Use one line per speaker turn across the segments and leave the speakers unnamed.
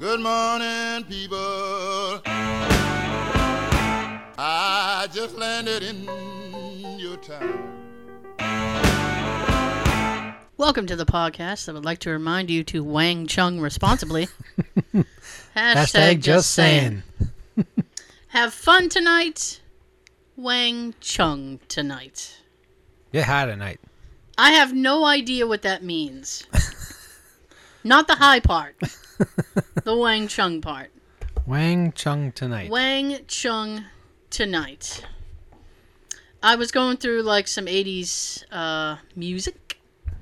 Good morning, people. I just landed in your town.
Welcome to the podcast. I would like to remind you to Wang Chung responsibly. Hashtag, Have fun tonight. Wang Chung tonight.
Get high tonight.
I have no idea what that means. Not the high part, the Wang Chung part.
Wang Chung tonight.
Wang Chung tonight. I was going through like some 80s uh, music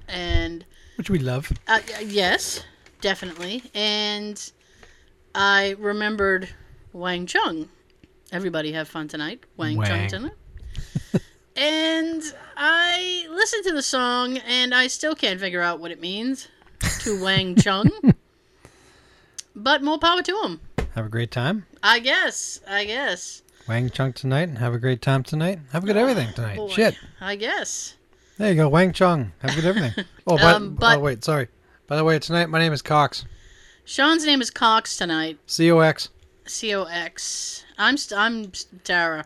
and
Which we love.
Uh, y- yes, definitely. And I remembered Wang Chung. Everybody have fun tonight. Wang, Chung
Wang.
tonight. and I listened to the song and I still can't figure out what it means to Wang Chung. But more power to him.
Have a great time.
I guess. I guess.
Wang Chung tonight. Have a great time tonight. Have a good everything tonight.
Oh, Boy,
Shit.
I guess.
There you go. Wang Chung. Have a good everything. Oh, but,
Um, but-
oh wait, sorry. By the way, tonight my name is Cox.
Sean's name is Cox tonight.
C O X.
C O X. I'm st- I'm st- Tara.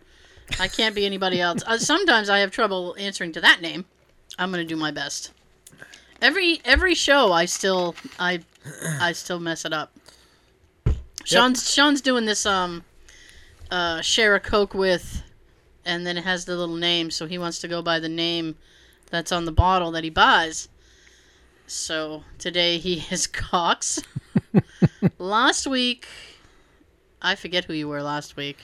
I can't be anybody else. Uh, sometimes I have trouble answering to that name. I'm gonna do my best. Every every show, I still I I still mess it up. Sean's Sean's doing this um uh share a coke with, and then it has the little name, so he wants to go by the name that's on the bottle that he buys. So today he is Cox. Last week I forget who you were last week.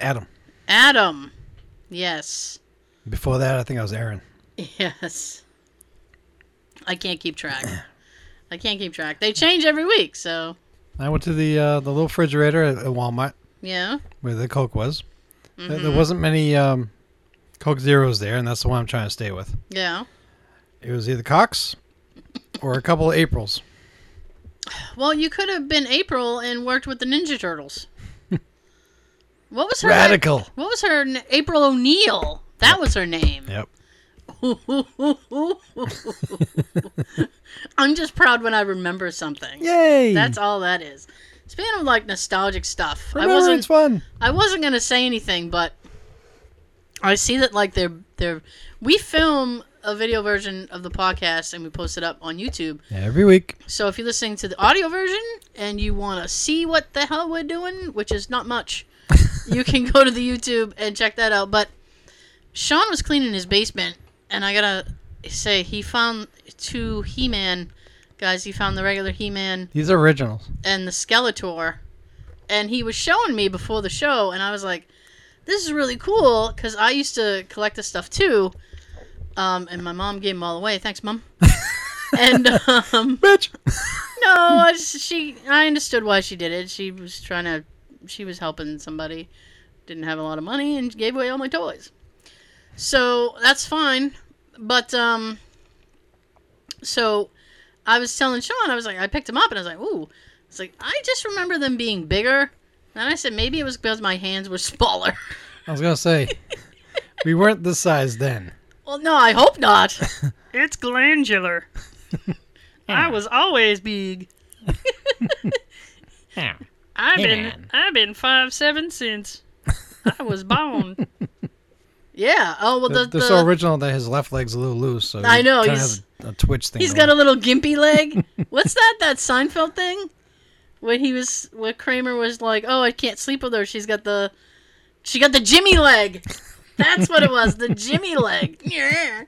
Adam.
Adam. Yes.
Before that, I think I was Aaron.
Yes. I can't keep track. I can't keep track. They change every week, so
I went to the uh, the little refrigerator at, at Walmart
yeah.
where the Coke was. There- There,
Mm-hmm.
wasn't many um, Coke Zeros there, and that's the one I'm trying to stay with.
Yeah.
It was either Cox or a couple of Aprils.
Well, you could have been April and worked with the Ninja Turtles. what was her
Radical.
What was her n- April O'Neil? That was her name.
Yep.
I'm just proud when I remember something.
Yay!
That's all that is. Speaking of like nostalgic stuff, I
Remember,
wasn't
it's fun.
I wasn't gonna say anything, but I see that like they're they're we film a video version of the podcast and we post it up on YouTube.
Every week.
So if you're listening to the audio version and you want to see what the hell we're doing, which is not much, you can go to the YouTube and check that out. But Sean was cleaning his basement, and I gotta say he found two He-Man guys. He found the regular He-Man
These are originals.
and the Skeletor, and he was showing me before the show, and I was like, "This is really cool," because I used to collect this stuff too, um, and my mom gave them all away. Thanks, mom. and um,
Bitch!
no, I just- she. I understood why she did it. She was trying to. She was helping somebody. Didn't have a lot of money and gave away all my toys. So that's fine. But um. So, I was telling Sean. I was like, I picked him up and I was like, ooh. It's like I just remember them being bigger. And I said maybe it was because my hands were smaller.
I was going to say, we weren't this size then.
well, no, I hope not.
It's glandular. I was always big. I've been I've been five seven since I was born.
Yeah. Oh well, the,
They're,
the,
they're so original that his left leg's a little loose. So
I
he
know,
kinda
he's-
has a, a twitch thing.
He's
going.
got a little gimpy leg. What's that? That Seinfeld thing? When he was, when Kramer was like, "Oh, I can't sleep with her. She's got the, she got the Jimmy leg." That's what it was, the Jimmy leg. Yeah.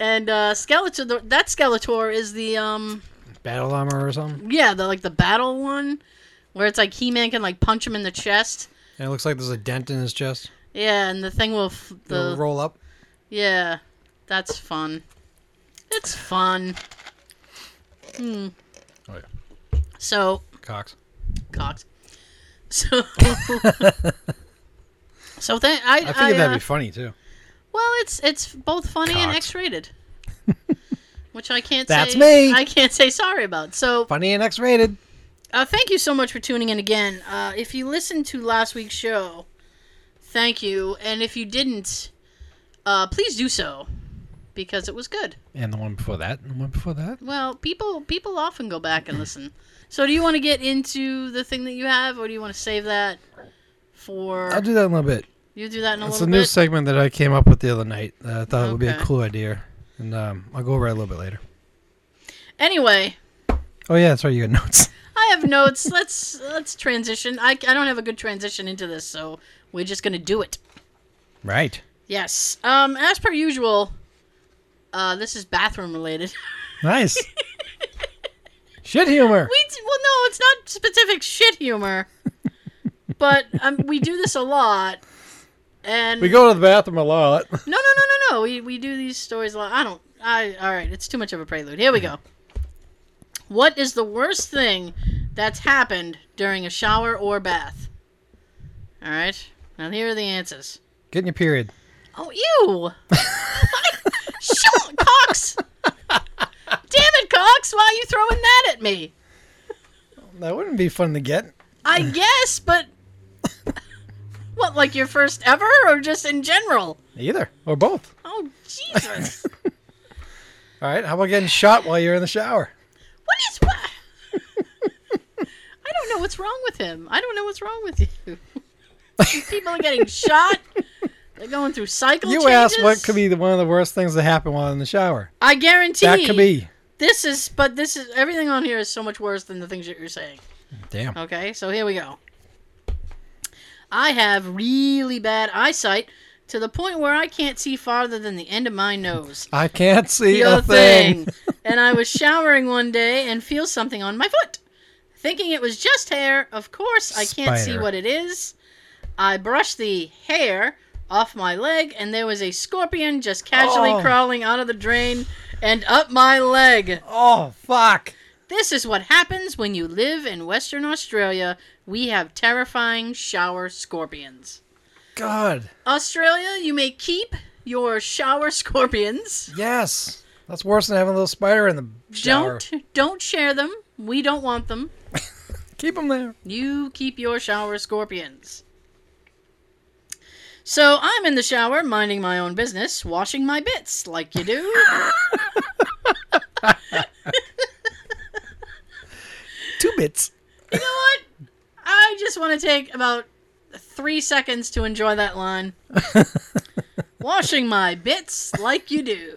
And uh, Skeletor, that Skeletor is the um,
battle armor or something.
yeah, the like the battle one, where it's like He-Man can like punch him in the chest.
And it looks like there's a dent in his chest.
Yeah, and the thing will f-
It'll
the
roll up.
yeah, that's fun. It's fun. Hmm.
Oh, yeah.
So
Cox.
cocked. So, so thank I. I,
I figured that'd
uh,
be funny too.
well, it's it's both funny and
Cocked.
X-rated, which I can't.
That's
say,
me.
I can't say sorry about. So,
Funny and X rated.
uh, thank you so much for tuning in again. Uh, if you listened to last week's show, thank you, and if you didn't, uh, please do so because it was good.
and the one before that, and the one before that.
Well, people people often go back and listen. So do you want to get into the thing that you have, or do you want to save that for?
I'll do that in a little bit.
you do that in a
It's a
little
new
bit.
segment that I came up with the other night. That I thought it would be a
Okay.
cool idea, and um, I'll go over it a little bit later.
anyway,
Oh yeah, that's right. You got notes.
I have notes. let's let's transition. I I don't have a good transition into this, so we're just gonna do it.
Right.
Yes. Um, as per usual, uh, this is bathroom related.
Nice. Shit humor.
we d- well, no, it's not specific shit humor, but um, we do this a lot. And
We go to the bathroom a lot.
No, no, no, no, no. We we do these stories a lot. I don't. I all right. It's too much of a prelude. Here we go. What is the worst thing that's happened during a shower or bath? All right. Now here are the answers.
Getting your period.
Oh, ew! Shut, Cox! Damn it, Cox! Why are you throwing that at me?
That wouldn't be fun to get.
I guess, but what? Like your first ever, or just in general?
Either or both.
Oh, Jesus!
All right. How about getting shot while you're in the shower?
What is what? I don't know what's wrong with him. I don't know what's wrong with you. These People are getting shot. They're going through cycle
you
changes.
asked what could be the, one of the worst things that happen while in the shower.
I guarantee
That could be.
This is, but this is everything on here is so much worse than the things that you're saying.
Damn.
Okay, so here we go. I have really bad eyesight to the point where I can't see farther than the end of my nose.
I can't see
the
a thing.
thing. and I was showering one day and feel something on my foot. Thinking it was just hair, of course I can't see
Spider.
what it is. I brushed the hair off my leg and there was a scorpion just casually
Oh.
crawling out of the drain and up my leg.
Oh fuck.
This is what happens when you live in Western Australia. We have terrifying shower scorpions.
God.
Australia, you may keep your shower scorpions.
Yes. That's worse than having a little spider in the shower.
Don't don't share them. We don't want them.
Keep them there.
You keep your shower scorpions. So I'm in the shower, minding my own business, washing my bits like you do.
Two bits.
you know what? I just want to take about three seconds to enjoy that line. washing my bits like you do.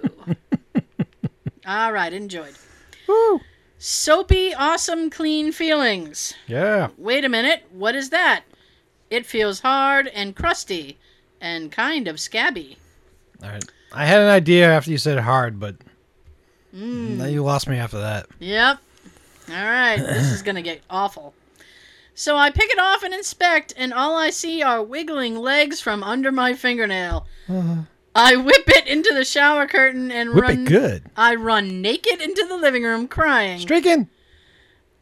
All right, enjoyed.
Woo.
Soapy, awesome, clean feelings.
Yeah.
Wait a minute, what is that? It feels hard and crusty and kind of scabby.
All right. I had an idea after you said hard, but
Mm.
now you lost me after that.
Yep. All right, this is going to get awful. So I pick it off and inspect, and all I see are wiggling legs from under my fingernail. I whip it into the shower curtain and
Uh-huh. Whip
run.
it good.
I run naked into the living room crying.
Streaking.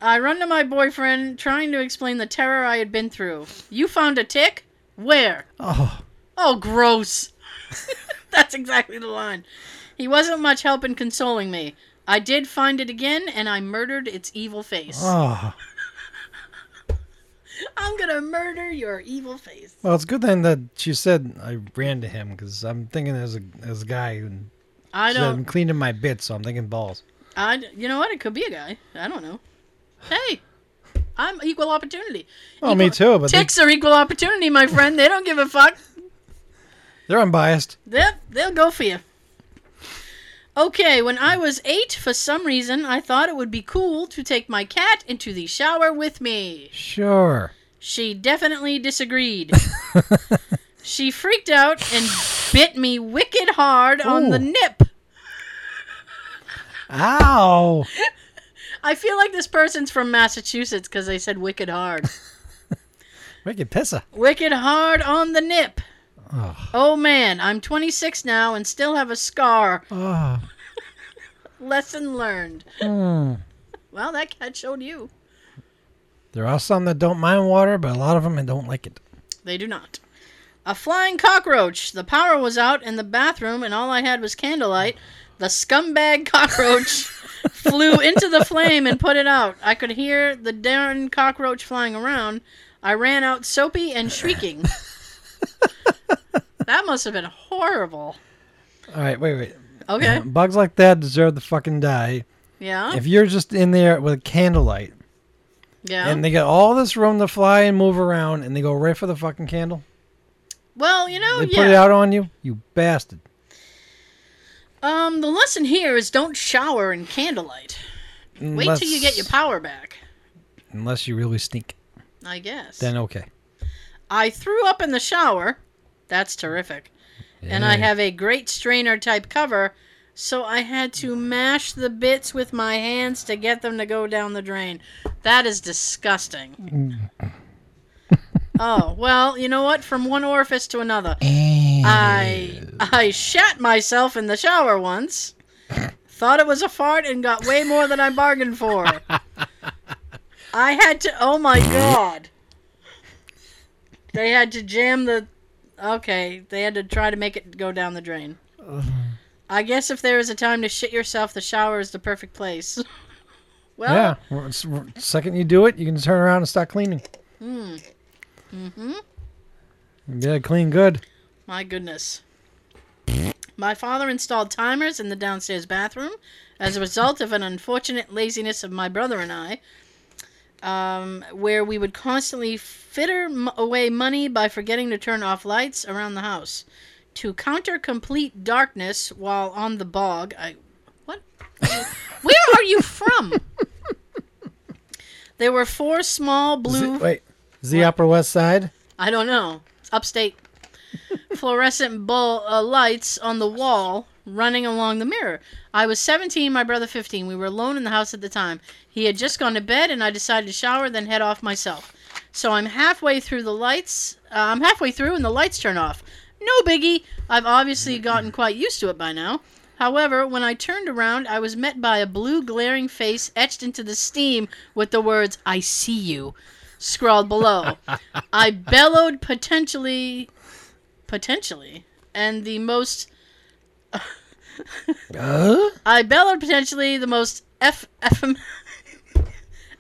I run to my boyfriend trying to explain the terror I had been through. You found a tick? Where?
Oh.
Oh, gross. That's exactly the line. He wasn't much help in consoling me. I did find it again, and I murdered its evil face.
Oh.
I'm gonna murder your evil face.
Well, it's good then that she said I ran to him because I'm thinking there's a there's a guy and
I
said I'm
don't.
cleaning my bits, so I'm thinking balls.
I. d- You know what? It could be a guy. I don't know. Hey, I'm equal opportunity.
Well, me
Equal-
too, but they,
Ticks are equal opportunity, my friend. They don't give a fuck.
they're unbiased.
They'll, they'll go for you. Okay, when I was eight, for some reason, I thought it would be cool to take my cat into the shower with me.
Sure.
She definitely disagreed. she freaked out and bit me wicked hard on the
Ooh.
nip.
Ow.
I feel like this person's from Massachusetts because they said wicked hard.
Wicked pisser.
wicked hard on the nip.
Ugh.
Oh man, I'm 26 now and still have a scar.
Oh.
Lesson learned.
Hmm.
Well, that cat showed you.
There are some that don't mind water, but a lot of them that don't like it.
They do not. A flying cockroach. The power was out in the bathroom, and all I had was candlelight. The scumbag cockroach flew into the flame and put it out. I could hear the darn cockroach flying around. I ran out soapy and shrieking. that must have been horrible.
All right, wait, wait.
Okay.
Bugs like that deserve to fucking die.
Yeah.
Um, If you're just in there with candlelight
yeah.
and they got all this room to fly and move around and they go right for the fucking candle,
well, you know,
they
Oh, yeah.
put it out on you, you bastard.
Um, the lesson here is don't shower in candlelight. Wait
unless,
till you get your power back.
Unless you really sneak,
I guess.
then okay.
I threw up in the shower. That's terrific. And I
Yeah.
have a great strainer type cover, so I had to mash the bits with my hands to get them to go down the drain. That is disgusting. oh, well, you know what? From one orifice to another. I I shat myself in the shower once. Thought it was a fart and got way more than I bargained for. I had to Oh my god. They had to jam the Okay, they had to try to make it go down the drain. I guess if there is a time to shit yourself, the shower is the perfect place. well,
yeah. Well, it's- Second you do it, you can turn around and start cleaning.
Hmm. Mm-hmm.
Mm. Mm-hmm. Yeah, clean good.
My goodness. My father installed timers in the downstairs bathroom as a result of an unfortunate laziness of my brother and I, um, where we would constantly fitter m- away money by forgetting to turn off lights around the house. To counter complete darkness while on the bog, I. What? Where are you from? there were four small
Is
blue.
it- wait, is the Upper West Side?
I don't know. It's upstate. Fluorescent bull uh, lights on the wall running along the mirror. I was 17, my brother 15. We were alone in the house at the time. He had just gone to bed, and I decided to shower, then head off myself. So I'm halfway through the lights. Uh, I'm halfway through, and the lights turn off. No biggie. I've obviously gotten quite used to it by now. However, when I turned around, I was met by a blue glaring face etched into the steam with the words, I see you, scrawled below. I bellowed potentially, potentially, and the most.
Huh?
I bellowed potentially the most eff, effem,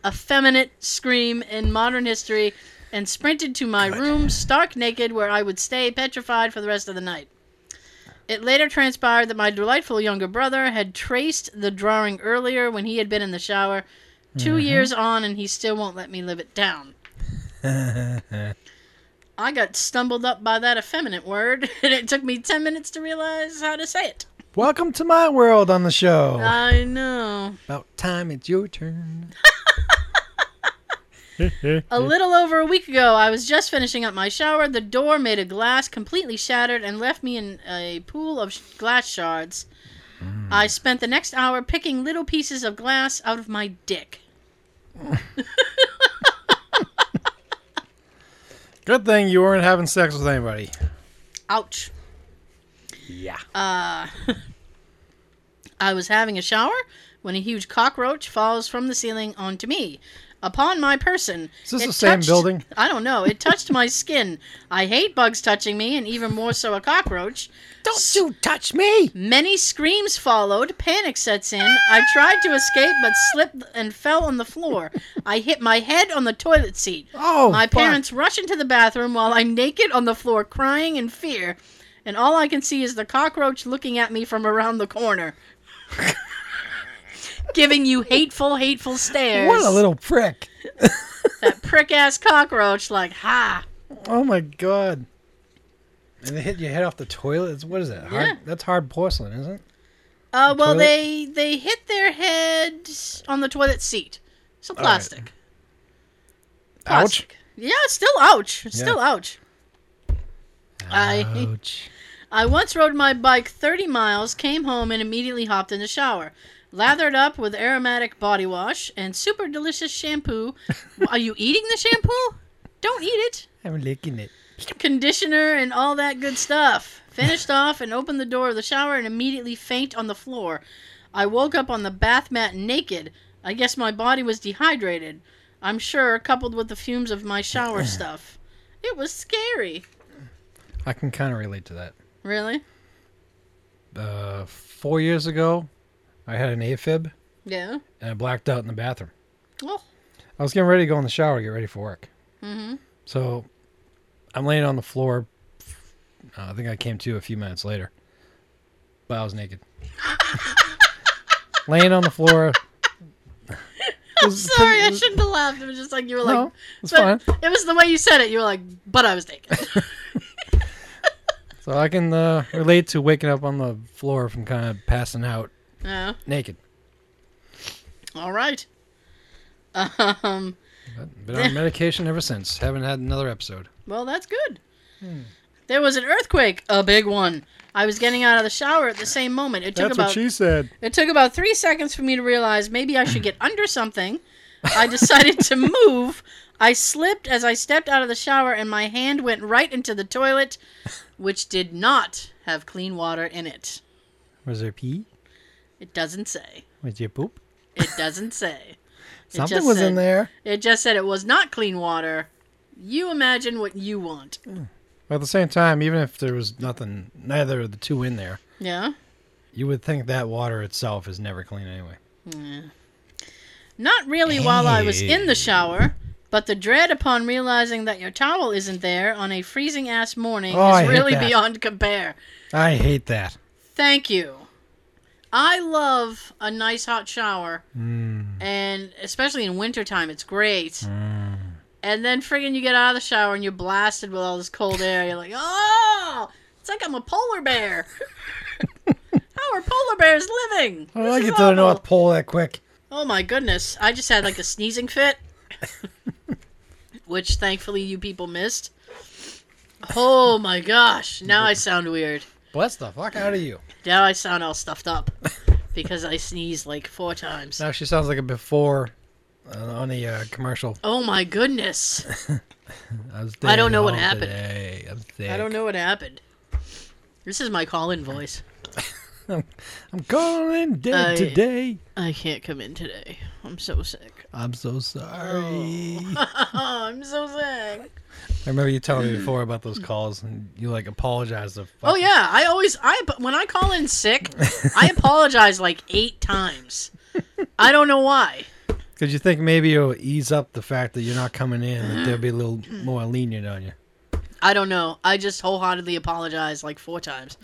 effeminate scream in modern history, and sprinted to my room, stark naked, where I would stay petrified for the rest of the night. It later transpired that my delightful younger brother had traced the drawing earlier when he had been in the shower. 2 years on, and he still won't let me live it down. I got stumbled up by that effeminate word, and it took me 10 minutes to realize how to say it.
Welcome to my world on the show.
I know.
About time it's your turn.
A little over a week ago, I was just finishing up my shower. The door made of glass completely shattered and left me in a pool of sh- glass shards. I spent the next hour picking little pieces of glass out of my dick.
Good thing you weren't having sex with anybody.
Ouch.
Yeah.
Uh, I was having a shower when a huge cockroach falls from the ceiling onto me. Upon my person.
Is this
It
the same
touched-
building?
I don't know. It touched my skin. I hate bugs touching me, and even more so a cockroach.
Don't you touch me!
Many screams followed. Panic sets in. I tried to escape, but slipped and fell on the floor. I hit my head on the toilet seat.
Oh,
My
fuck.
parents rush into the bathroom while I'm naked on the floor, crying in fear, and all I can see is the cockroach looking at me from around the corner, giving you hateful, hateful stares.
What a little prick!
that prick-ass cockroach, like ha.
Oh my god! And they hit your head off the toilet. It's, what is that? Hard,
Yeah.
That's hard porcelain, isn't it?
Uh, well,
toilet?
they they hit their head on the toilet seat, so
right.
plastic. Plastic. Yeah, still ouch. Still ouch.
Uh,
I
Ouch!
I once rode my bike 30 miles, came home, and immediately hopped in the shower. Lathered up with aromatic body wash and super delicious shampoo. Are you eating the shampoo? Don't eat it.
I'm licking it.
Conditioner and all that good stuff. Finished off and opened the door of the shower and immediately faint on the floor. I woke up on the bath mat naked. I guess my body was dehydrated. I'm sure, coupled with the fumes of my shower stuff. It was scary.
I can kind of relate to that.
Really?
Uh, four years ago, I had an AFib
Yeah.
and I blacked out in the bathroom.
Well,
I was getting ready to go in the shower, to get ready for work. Mm-hmm. So I'm laying on the floor. Uh, I think I came to a few minutes later. but I was naked, laying on the floor. I'm
Sorry, I shouldn't have laughed. It was just like you were like,
No, it's
but-
fine.
It was the way you said it. You were like, but I was naked.
So I can uh, relate to waking up on the floor from kind of passing out
yeah.
naked.
Oh, All right. Um.
But been on medication ever since. Haven't had another episode.
Well, that's good.
Hmm.
There was an earthquake, a big one. I was getting out of the shower at the same moment. It took about
said.
it took about three seconds for me to realize maybe I should get under something. I decided to move. I slipped as I stepped out of the shower, and my hand went right into the toilet, which did not have clean water in it.
Was there pee?
It doesn't say.
Was there poop?
It doesn't say. It
Something
just
was in
said-
there.
It just said it was not clean water. You imagine what you want.
But at the same time, even if there was nothing, neither of the two in there,
Yeah?
you would think that water itself is never clean anyway.
Not really while I was in the shower, but the dread upon realizing that your towel isn't there on a freezing ass morning
Oh, I
is
hate
really
that.
beyond compare.
I hate that.
Thank you. I love a nice hot shower,
Mm.
and especially in wintertime, it's great. And then friggin' you get out of the shower and you're blasted with all this cold air. You're like, oh, it's like I'm a polar bear. How are polar bears living?
I
This
like
is
it to the
awful.
North Pole that quick.
Oh my goodness. I just had like a sneezing fit, which thankfully you people missed. Oh my gosh. Now I sound weird.
Bless the fuck out of you.
Now I sound all stuffed up because I sneezed like four times.
Now she sounds like a before uh, on the uh, commercial.
Oh my goodness.
I, was
I don't know
staying
what
home
happened.
Today. I'm sick.
I don't know what happened. This is my call in voice.
I'm calling dead
I-
today.
I can't come in today. I'm so sick.
I'm so sorry.
Oh, I'm so sick.
I remember you telling me before about those calls, and you like apologized. To
Oh yeah, I always I when I call in sick, I apologize like 8 times. I don't know why.
because you think maybe it'll ease up the fact that you're not coming in, that they'll be a little more lenient on you.
I don't know. I just wholeheartedly apologized like four times.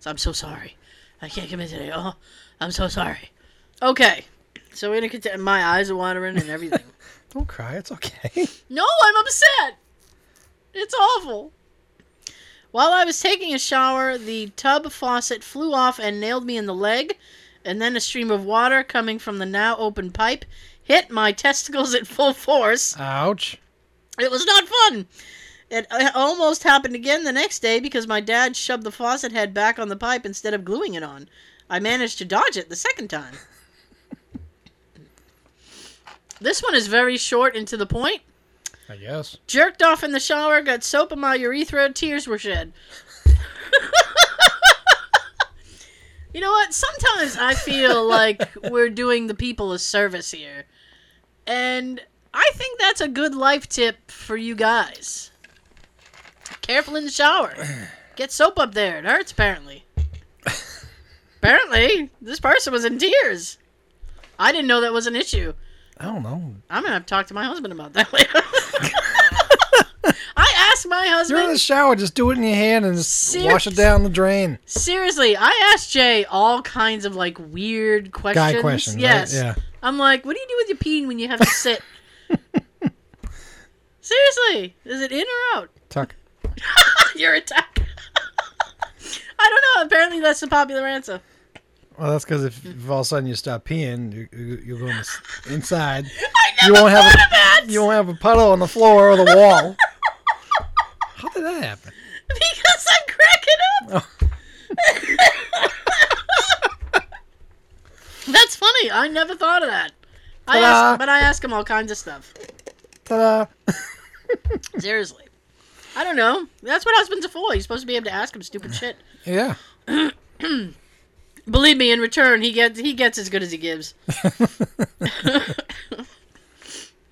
so I'm so sorry. I can't come in today. Oh, I'm so sorry. Okay. So we're gonna continue. My eyes are watering and everything.
Don't cry, it's okay.
no, I'm upset. It's awful. While I was taking a shower, the tub faucet flew off and nailed me in the leg, and then a stream of water coming from the now open pipe hit my testicles at full force.
Ouch.
It was not fun. It uh, almost happened again the next day because my dad shoved the faucet head back on the pipe instead of gluing it on. I managed to dodge it the second time. this one is very short and to the point.
I guess.
Jerked off in the shower, got soap in my urethra, tears were shed. you know what? Sometimes I feel like we're doing the people a service here. And I think that's a good life tip for you guys. Careful in the shower. Get soap up there. It hurts, apparently. apparently, this person was in tears. I didn't know that was an issue.
I don't know.
I'm gonna have to talk to my husband about that later. I asked my
You're
husband
in the shower, just do it in your hand and just wash
Serious-
it down the drain.
seriously. I asked Jay all kinds of like weird questions.
Guy question. right?
Yes.
Yeah.
I'm like, what do you do with your peen when you have to sit? seriously, is it in or out?
Tuck.
Your attack. I don't know. Apparently, that's the popular answer.
Well, that's because if, if all of a sudden you stop peeing, you, you, you'll go in the, s- inside.
I never
You won't have
thought
a-
of that
You won't have a puddle on the floor or the wall. How did that happen?
because I'm cracking up. That's funny. I never thought of that. I
Ta-da.
ask, but I ask him all kinds of stuff.
Ta-da!
Seriously. I don't know. That's what husbands are for. You're supposed to be able to ask him stupid shit.
Yeah.
Believe me, in return, he gets he gets as good as he gives.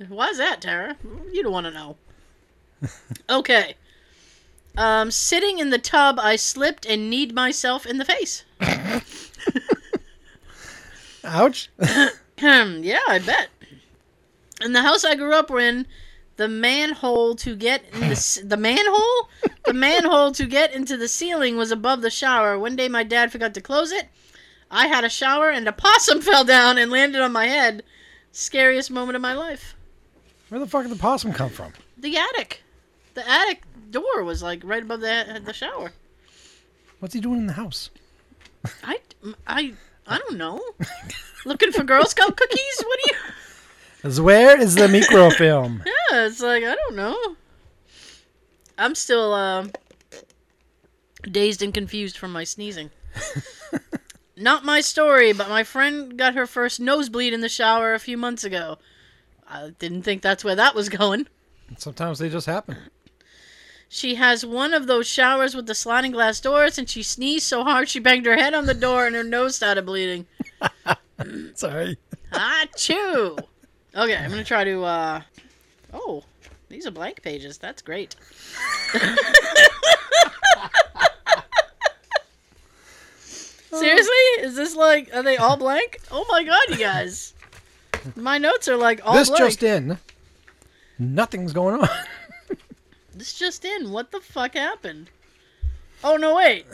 Why's that, Tara? You don't want to know. Okay. Um, sitting in the tub, I slipped and kneed myself in the face.
Ouch.
Hmm, yeah, I bet. In the house I grew up in, the manhole to get in the c- the manhole the manhole to get into the ceiling was above the shower. One day my dad forgot to close it. I had a shower and a possum fell down and landed on my head. Scariest moment of my life.
Where the fuck did the possum come from?
The attic. The attic door was like right above the the shower.
What's he doing in the house?
I I I don't know. Looking for Girl Scout cookies? What do you
Is- Where is the microfilm?
Yeah, it's like I don't know. I'm still um dazed and confused from my sneezing. Not my story, but my friend got her first nosebleed in the shower a few months ago. I didn't think that's where that was going.
Sometimes they just happen.
She has one of those showers with the sliding glass doors, and she sneezed so hard she banged her head on the door and her nose started bleeding.
Sorry.
Ah, chew. Okay, I'm gonna try to. uh Oh, these are blank pages. That's great. Seriously, is this like? Are they all blank? Oh my god, you guys! My notes are like all
this
blank.
just in. Nothing's going on.
This just in. What the fuck happened? Oh no, wait.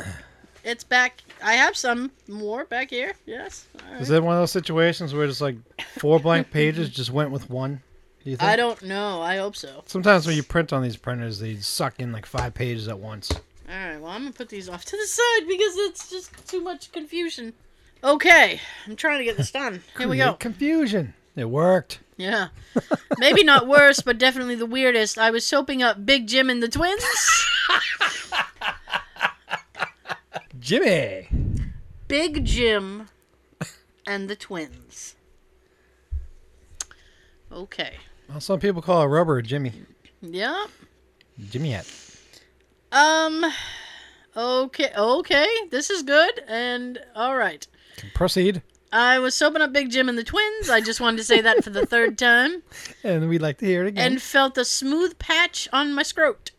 It's back. I have some more back here. Yes. All right.
Is it one of those situations where it's like four blank pages just went with one? Do you think?
I don't know. I hope so.
Sometimes when you print on these printers, they suck in like five pages at once.
All right, well, I'm gonna put these off to the side because it's just too much confusion. Okay, I'm trying to get this done. Here we go.
Create Confusion. It worked.
Yeah. Maybe not worse, but definitely the weirdest. I was soaping up Big Jim and the twins.
Jimmy.
Big Jim and the twins. Okay.
Well, some people call a rubber a Jimmy.
Yeah.
Jimmy hat.
Um. Okay. Okay. This is good. And all right.
Proceed.
I was soaping up Big Jim and the twins. I just wanted to say that for the third time.
And we'd like to hear it again.
and felt a smooth patch on my scrot.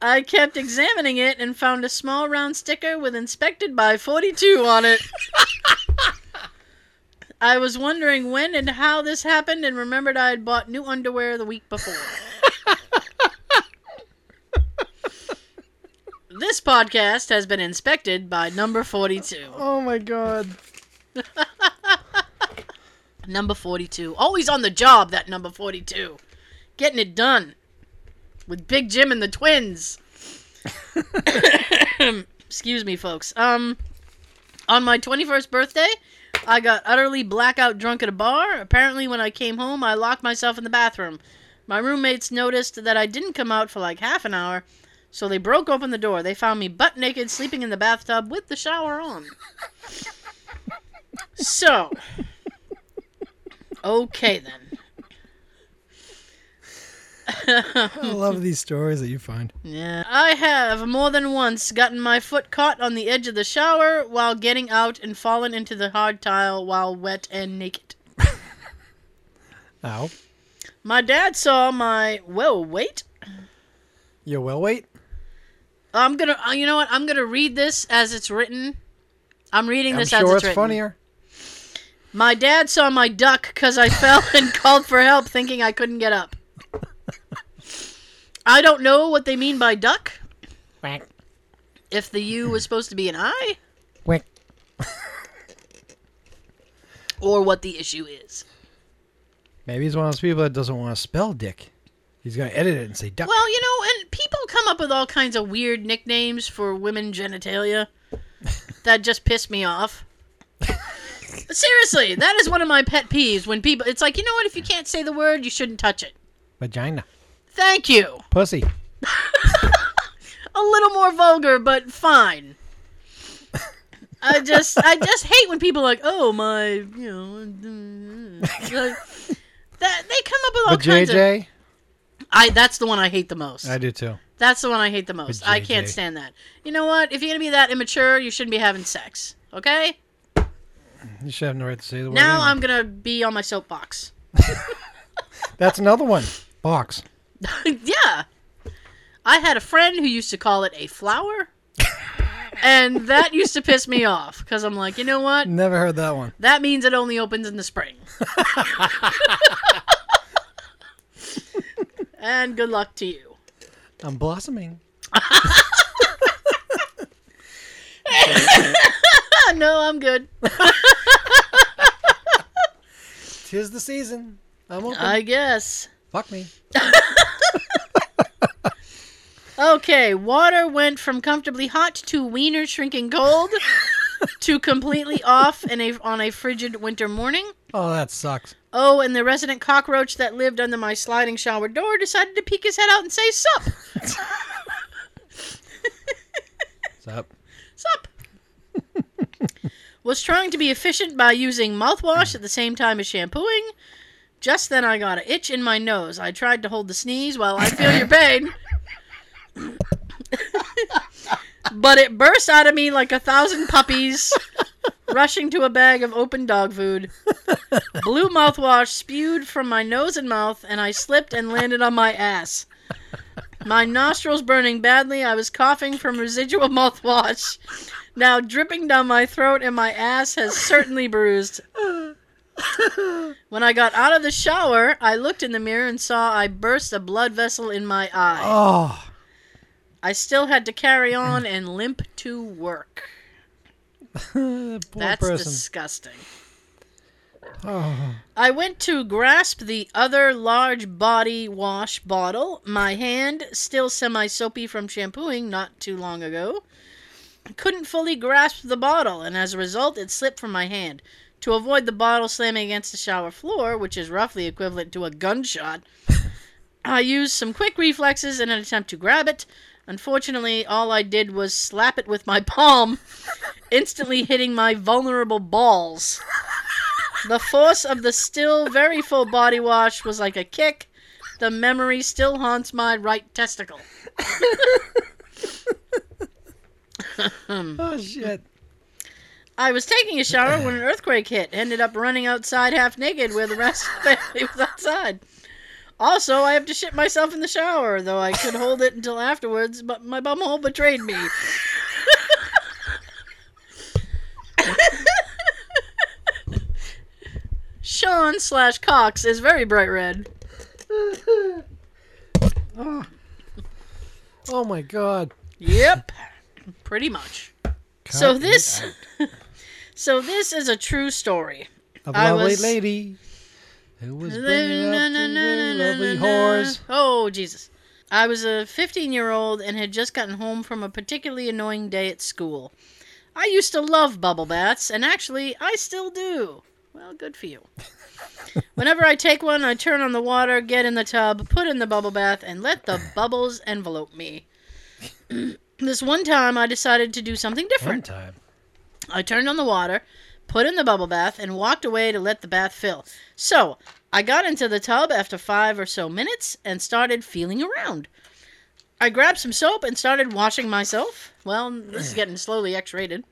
I kept examining it and found a small round sticker with inspected by 42 on it. I was wondering when and how this happened and remembered I had bought new underwear the week before. this podcast has been inspected by number 42.
oh my god.
Number 42. Always on the job, that number 42. Getting it done. With Big Jim and the twins. Excuse me, folks. Um, on my 21st birthday, I got utterly blackout drunk at a bar. Apparently, when I came home, I locked myself in the bathroom. My roommates noticed that I didn't come out for like half an hour, so they broke open the door. They found me butt naked sleeping in the bathtub with the shower on. so, Okay then.
I love these stories that you find.
yeah. I have more than once gotten my foot caught on the edge of the shower while getting out and fallen into the hard tile while wet and naked.
Ow.
My dad saw my whoa wait.
Yo, well, wait.
I'm gonna uh, you know what I'm gonna read this as it's written. I'm reading
I'm
this as
sure it's
written.
funnier.
My dad saw my duck because I fell and called for help thinking I couldn't get up. I don't know what they mean by duck.
Quack.
If the U was supposed to be an I,
Wink.
or what the issue is.
Maybe he's one of those people that doesn't want to spell dick. He's going to edit it and say duck.
Well, you know, and people come up with all kinds of weird nicknames for women genitalia that just piss me off. Seriously, that is one of my pet peeves when people it's like, you know what, if you can't say the word, you shouldn't touch it.
Vagina.
Thank you.
Pussy.
A little more vulgar, but fine. I just I just hate when people are like, "Oh my, you know, like, that they come up with all
But
kinds of
JJ.
I that's the one I hate the most.
I do too.
That's the one I hate the most. I can't
JJ.
stand that. You know what? If you're gonna be that immature, you shouldn't be having sex. Okay?
You should have no right to say the word.
Now
anyway.
I'm gonna be on my soapbox.
That's another one. Box.
yeah. I had a friend who used to call it a flower. and that used to piss me off because I'm like, you know what?
Never heard that one.
That means it only opens in the spring. and good luck to you.
I'm blossoming.
Ah, no, I'm good.
Tis the season. I'm open.
I guess.
Fuck me.
Okay, water went from comfortably hot to wiener shrinking cold to completely off in a, on a frigid winter morning.
Oh, that sucks.
Oh, and the resident cockroach that lived under my sliding shower door decided to peek his head out and say, Sup,
What's up?
sup. Was trying to be efficient by using mouthwash at the same time as shampooing. Just then I got a itch in my nose. I tried to hold the sneeze while I feel your pain. but it burst out of me like a thousand puppies rushing to a bag of open dog food. Blue mouthwash spewed from my nose and mouth, and I slipped and landed on my ass. My nostrils burning badly. I was coughing from residual mouthwash, now dripping down my throat, and my ass has certainly bruised. When I got out of the shower, I looked in the mirror and saw I burst a blood vessel in my eye.
Oh,
I still had to carry on and limp to work.
poor
That's
person.
disgusting.
Oh.
I went to grasp the other large body wash bottle, my hand still semi soapy from shampooing not too long ago. Couldn't fully grasp the bottle, and as a result, it slipped from my hand. To avoid the bottle slamming against the shower floor, which is roughly equivalent to a gunshot, I used some quick reflexes in an attempt to grab it. Unfortunately, all I did was slap it with my palm, instantly hitting my vulnerable balls. The force of the still very full body wash was like a kick. The memory still haunts my right testicle.
oh, shit.
I was taking a shower when an earthquake hit. Ended up running outside half naked where the rest of the family was outside. Also, I have to shit myself in the shower, though I could hold it until afterwards, but my bumhole betrayed me. Sean slash Cox is very bright red.
Oh, my God.
Yep. Pretty much. so
Cut
this
it
So this is a true story.
out. A
I
lovely
was-
lady who was bringing up the lovely whores.
Oh, Jesus. I was a 15 year old and had just gotten home from a particularly annoying day at school. I used to love bubble baths, and actually, I still do. Well, good for you. Whenever I take one, I turn on the water, get in the tub, put in the bubble bath, and let the bubbles envelope me. this one time, I decided to do something different.
One time.
I turned on the water, put in the bubble bath, and walked away to let the bath fill. So, I got into the tub after five or so minutes and started feeling around. I grabbed some soap and started washing myself. Well, this is getting slowly X rated.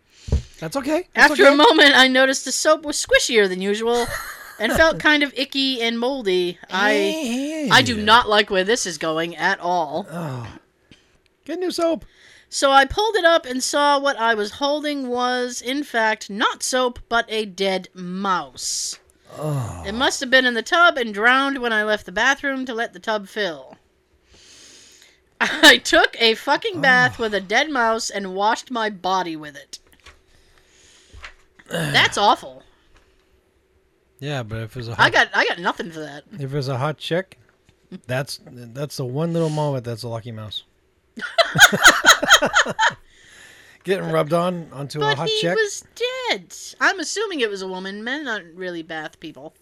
That's okay. That's
After
okay.
a moment, I noticed the soap was squishier than usual and felt kind of icky and moldy. I. I do not like where this is going at all.
Oh. Get new soap.
So I pulled it up and saw what I was holding was, in fact, not soap, but a dead mouse.
Oh.
It must have been in the tub and drowned when I left the bathroom to let the tub fill. I took a fucking bath with a dead mouse and washed my body with it. That's awful.
Yeah, but if it was a hot,
I got I got nothing for that.
if it was a hot chick, that's that's the one little moment that's a lucky mouse. Getting rubbed on onto a
But
hot
he
chick.
was dead. I'm assuming it was a woman. Men aren't really bath people.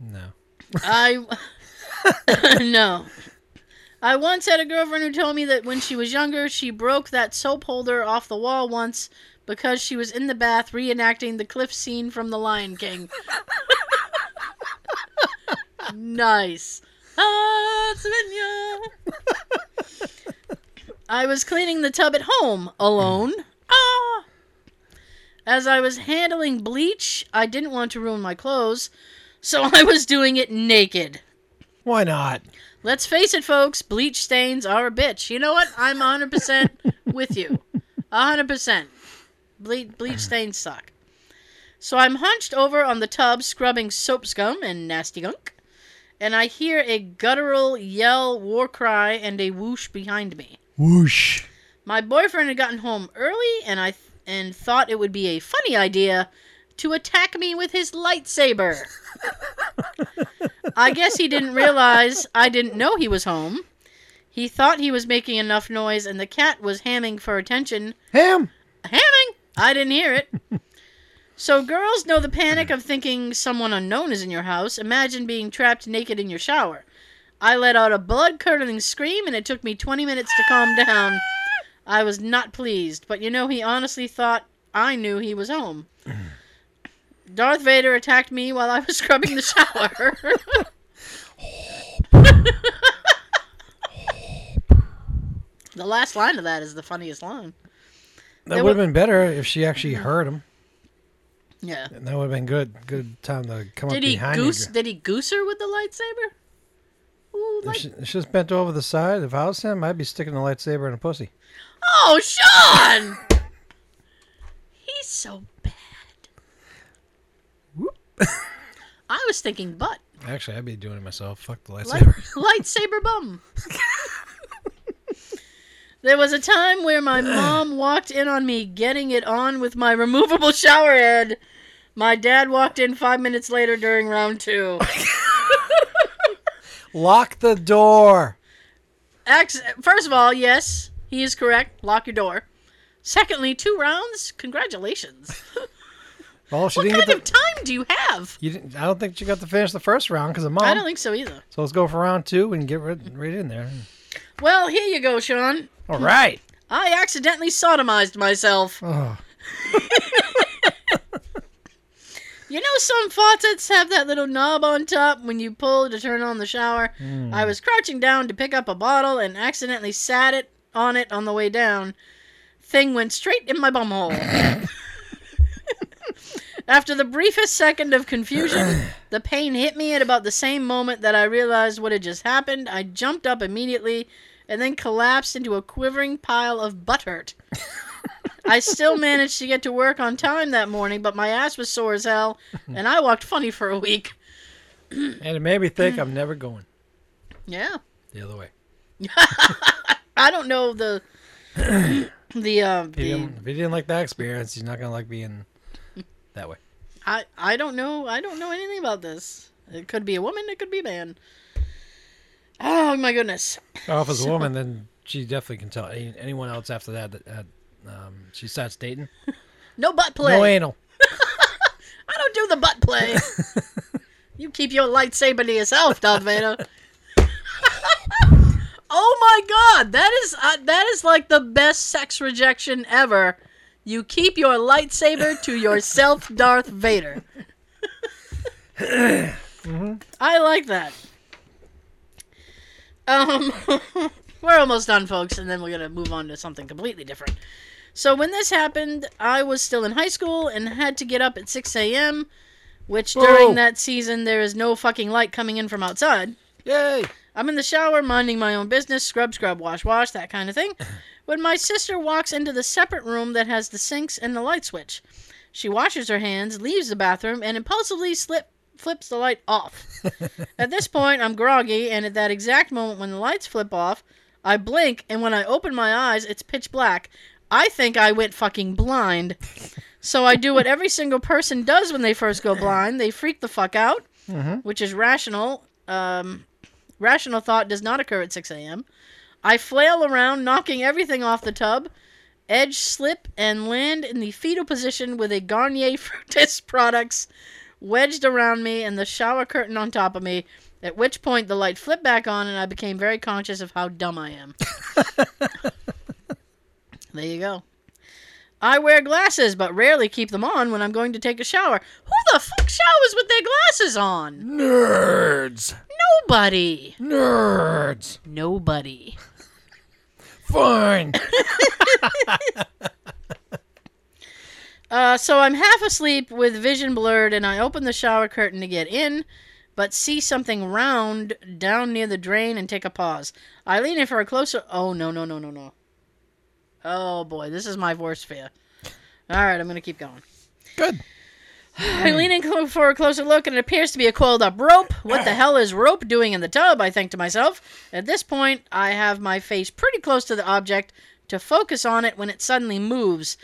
No.
I no. I once had a girlfriend who told me that when she was younger, she broke that soap holder off the wall once because she was in the bath reenacting the cliff scene from The Lion King. nice. Ah, Svenja. I was cleaning the tub at home alone. Ah. As I was handling bleach, I didn't want to ruin my clothes, so I was doing it naked.
Why not?
Let's face it, folks, bleach stains are a bitch. You know what? I'm 100% with you. 100%. Ble- bleach stains suck. So I'm hunched over on the tub scrubbing soap scum and nasty gunk. and I hear a guttural yell, war cry, and a whoosh behind me.
Whoosh.
My boyfriend had gotten home early, and I th- and thought it would be a funny idea to attack me with his lightsaber. I guess he didn't realize I didn't know he was home. He thought he was making enough noise, and the cat was hamming for attention.
Ham.
Hamming? I didn't hear it. so girls know the panic of thinking someone unknown is in your house. Imagine being trapped naked in your shower. I let out a blood curdling scream, and it took me 20 minutes to calm down. I was not pleased, but you know, he honestly thought I knew he was home. Darth Vader attacked me while I was scrubbing the shower. the last line of that is the funniest line.
That
There
would have been better if she actually heard him.
Yeah.
And that would have been good. Good time to come up
Did he
behind
goose?
you.
Did he goose her with the lightsaber? Ooh,
If
like,
she, if she just bent over the side, if I was him, I'd be sticking the lightsaber in a pussy.
oh, Sean! He's so bad.
Whoop.
I was thinking butt.
Actually, I'd be doing it myself. Fuck the
Light,
lightsaber.
lightsaber bum. there was a time where my mom walked in on me getting it on with my removable shower head. My dad walked in five minutes later during round two.
Lock the door.
Ex- First of all, yes, he is correct. Lock your door. Secondly, two rounds. Congratulations.
Well, she
What
didn't
kind
get
of
the.
time do you have?
You didn't, I don't think she got to finish the first round because of mom.
I don't think so either.
so let's go for round two and get right, right in there.
Well, here you go, Sean.
All right.
I accidentally sodomized myself.
Oh,
You know, some faucets have that little knob on top when you pull to turn on the shower. I was crouching down to pick up a bottle and accidentally sat it on it on the way down. Thing went straight in my bumhole. After the briefest second of confusion, the pain hit me at about the same moment that I realized what had just happened. I jumped up immediately and then collapsed into a quivering pile of butthurt. I still managed to get to work on time that morning, but my ass was sore as hell, and I walked funny for a week.
and it made me think I'm never going
Yeah.
the other way.
I don't know the the uh,
If he,
the
didn't, if he didn't like that experience, he's not gonna like being that way.
I I don't know I don't know anything about this. It could be a woman, it could be a man. Oh my goodness.
Oh, if it's a woman, then she definitely can tell any, anyone else after that that uh, um, she starts dating.
No butt play.
No anal.
I don't do the butt play. you keep your lightsaber to yourself, Darth Vader. oh my God, that is uh, that is like the best sex rejection ever. You keep your lightsaber to yourself, Darth Vader. Mm-hmm. I like that. Um, we're almost done, folks, and then we're gonna move on to something completely different. So when this happened, I was still in high school and had to get up at 6 a.m., which
Whoa.
during that season there is no fucking light coming in from outside.
Yay!
I'm in the shower, minding my own business, scrub, scrub, wash, wash, that kind of thing, when my sister walks into the separate room that has the sinks and the light switch. She washes her hands, leaves the bathroom, and impulsively slip, flips the light off. at this point, I'm groggy, and at that exact moment when the lights flip off, I blink, and when I open my eyes, it's pitch black. I think I went fucking blind. So I do what every single person does when they first go blind they freak the fuck out, which is rational. Um, Rational thought does not occur at 6 a.m. I flail around, knocking everything off the tub, edge slip, and land in the fetal position with a Garnier Fructis products wedged around me and the shower curtain on top of me. At which point, the light flipped back on, and I became very conscious of how dumb I am. there you go. I wear glasses, but rarely keep them on when I'm going to take a shower. Who the fuck showers with their glasses on?
Nerds,
Nobody.
nerds.
Nobody.
Fine.
Uh, so I'm half asleep with vision blurred, and I open the shower curtain to get in, but see something round down near the drain and take a pause. I lean in for a closer. Oh no no no no no. Oh boy, this is my worst fear. All right, I'm gonna keep going.
Good.
I lean in clo- for a closer look, and it appears to be a coiled up rope. What the hell is rope doing in the tub? I think to myself. At this point, I have my face pretty close to the object to focus on it when it suddenly moves.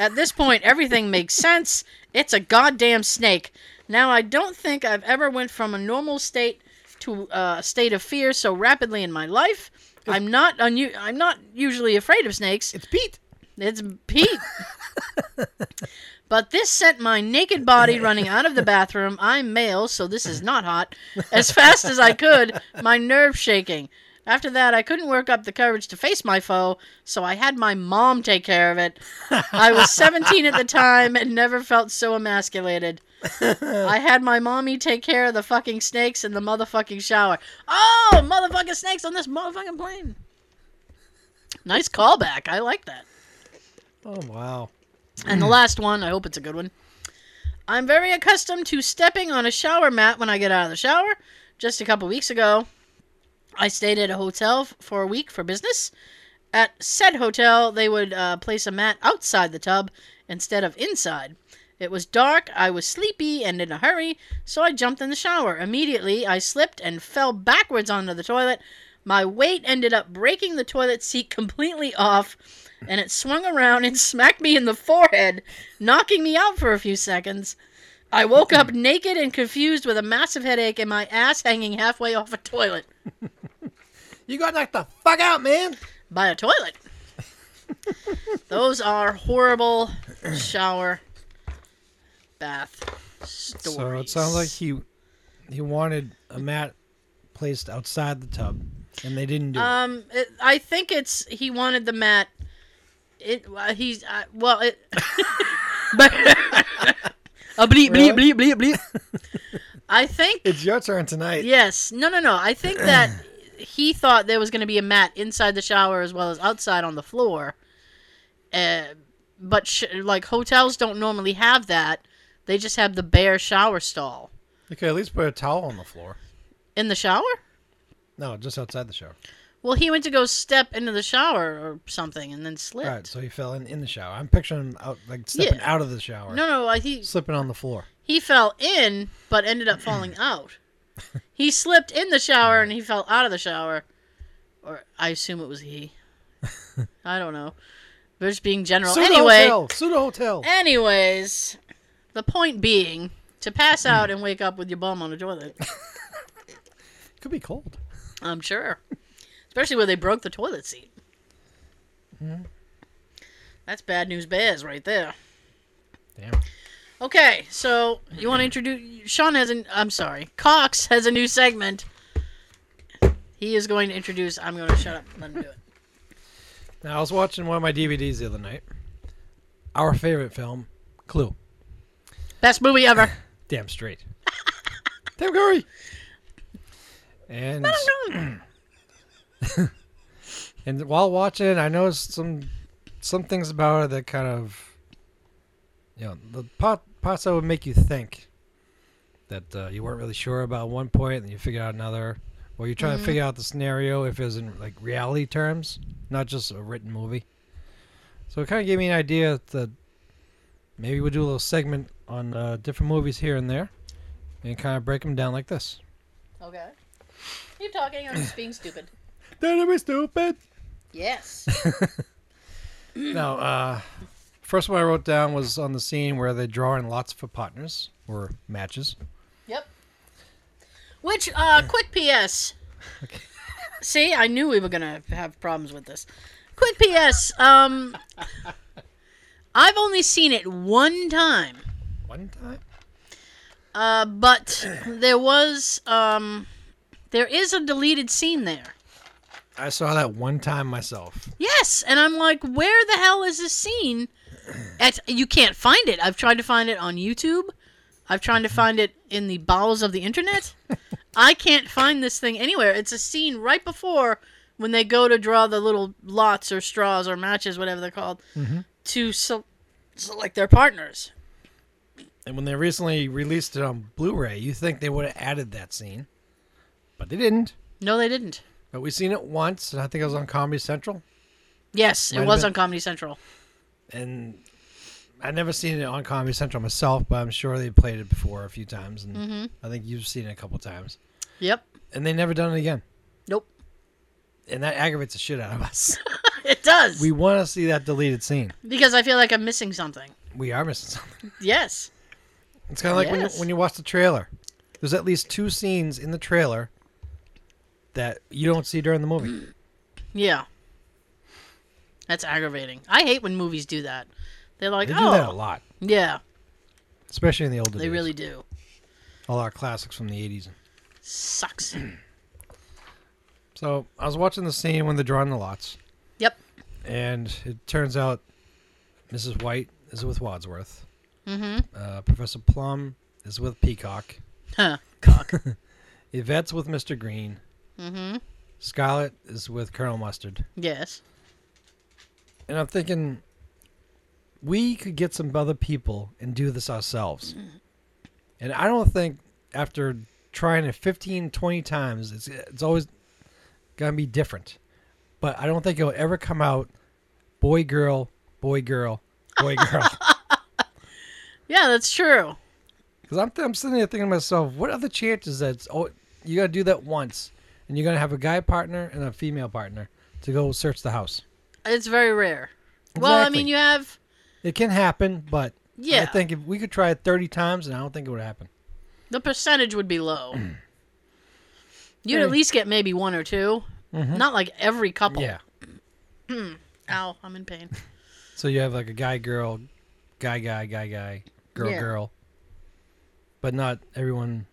At this point, everything makes sense. It's a goddamn snake. Now, I don't think I've ever went from a normal state to uh, a state of fear so rapidly in my life. I'm not unu- I'm not usually afraid of snakes.
It's Pete.
It's Pete. but this sent my naked body running out of the bathroom. I'm male, so this is not hot. As fast as I could, my nerves shaking. After that, I couldn't work up the courage to face my foe, so I had my mom take care of it. I was 17 at the time and never felt so emasculated. I had my mommy take care of the fucking snakes in the motherfucking shower. Oh, motherfucking snakes on this motherfucking plane. Nice callback. I like that.
Oh wow.
And the last one, I hope it's a good one. I'm very accustomed to stepping on a shower mat when I get out of the shower. Just a couple weeks ago, I stayed at a hotel f- for a week for business. At said hotel, they would uh, place a mat outside the tub instead of inside. It was dark, I was sleepy and in a hurry, so I jumped in the shower. Immediately, I slipped and fell backwards onto the toilet. My weight ended up breaking the toilet seat completely off, and it swung around and smacked me in the forehead, knocking me out for a few seconds. I woke up naked and confused with a massive headache and my ass hanging halfway off a toilet.
You got knocked the fuck out, man.
by a toilet. Those are horrible shower bath stories.
So it sounds like he he wanted a mat placed outside the tub, and they didn't do it.
um, it, I think it's he wanted the mat. It uh, he's uh, well it. but a bleep bleep bleep bleep bleep. I think
It's your turn tonight.
yes. No no no. I think that he thought there was going to be a mat inside the shower as well as outside on the floor. Uh, but sh- like hotels don't normally have that. They just have the bare shower stall
You could at least put a towel on the floor.
in the shower.
No, just outside the shower.
Well, he went to go step into the shower or something and then slipped.
All right, so he fell in in the shower. I'm picturing him out like stepping
Yeah.
out of the shower,
No, no, I, he
slipping on the floor.
he fell in but ended up falling out. He slipped in the shower and he fell out of the shower, or I assume it was he. I don't know. We're just being general.
Pseudo
anyway, Eh.
hotel, pseudo hotel.
Anyways, the point being to pass out and wake up with your bum on a toilet.
Could be cold.
I'm sure. Especially where they broke the toilet seat. That's bad news bears right there.
Damn.
Okay, so you want to introduce Sean has an I'm sorry. Cox has a new segment. He is going to introduce I'm going to shut up and let him do it.
Now I was watching one of my DVDs the other night. Our favorite film, Clue.
Best movie ever.
Damn straight. Tim Curry. And and while watching, it, I noticed some some things about it that kind of you know the pot parts that would make you think that uh, you weren't really sure about one point, and you figure out another, or you're trying to figure out the scenario if it was in like reality terms, not just a written movie. So it kind of gave me an idea that maybe we'll do a little segment on uh, different movies here and there, and kind of break them down like this.
Okay. You talking? I'm just being stupid.
That'd be stupid.
Yes.
Now, uh, first one I wrote down was on the scene where they draw in lots for partners or matches.
Yep. Which, uh, quick PS. See, I knew we were gonna have problems with this. Quick PS. Um, I've only seen it one time,
One time.
uh, but there was um, there is a deleted scene there.
I saw that one time myself.
Yes, and I'm like, where the hell is this scene? At you can't find it. I've tried to find it on YouTube. I've tried to find it in the bowels of the internet. I can't find this thing anywhere. It's a scene right before when they go to draw the little lots or straws or matches, whatever they're called,
Mm-hmm.
to se- select their partners.
And when they recently released it on Blu-ray, you think they would have added that scene, but they didn't.
No, they didn't.
But we seen it once, and I think it was on Comedy Central.
Yes,
Might
it
have
was
been-
on Comedy Central.
And I've never seen it on Comedy Central myself, but I'm sure they played it before a few times, and
Mm-hmm.
I think you've seen it a couple times.
Yep.
And they never done it again,
Nope.
and that aggravates the shit out of us.
It does.
we want to see that deleted scene.
because I feel like I'm missing something.
We are missing something.
Yes.
It's kind of like when you,
Yes.
when you watch the trailer. There's at least two scenes in the trailer that you don't see during the
Mm.
movie.
Yeah. That's aggravating. I hate when movies do that. They're like,
They do that a
oh,
lot,
yeah,
especially in the older.
they
days.
really do.
all our classics from the '80s.
Sucks.
So I was watching the scene when they're drawing the lots.
Yep.
And it turns out Mrs. White is with Wadsworth. Mm-hmm. Uh, Professor Plum is with Peacock.
Huh. Cock.
Yvette's with Mr. Green. Mm-hmm. Scarlet is with Colonel Mustard.
yes.
And I'm thinking, we could get some other people and do this ourselves. And I don't think after trying it 15, 20 times, it's, it's always going to be different. But I don't think it'll ever come out boy, girl, boy, girl, boy, girl.
Yeah, that's true.
Because I'm, I'm sitting there thinking to myself, what are the chances that it's, oh, you got to do that once and you're going to have a guy partner and a female partner to go search the house?
It's very rare. Well, I
Exactly.
mean, you have.
It can happen, but I
Yeah.
think if we could try it 30 times, and I don't think it would happen.
The percentage would be low. You'd at least get maybe one or 2 Not like every couple.
Mm-hmm. Yeah.
Ow, I'm in pain.
So you have like a guy, girl, guy, guy, guy, guy, girl,
Yeah.
girl, but not everyone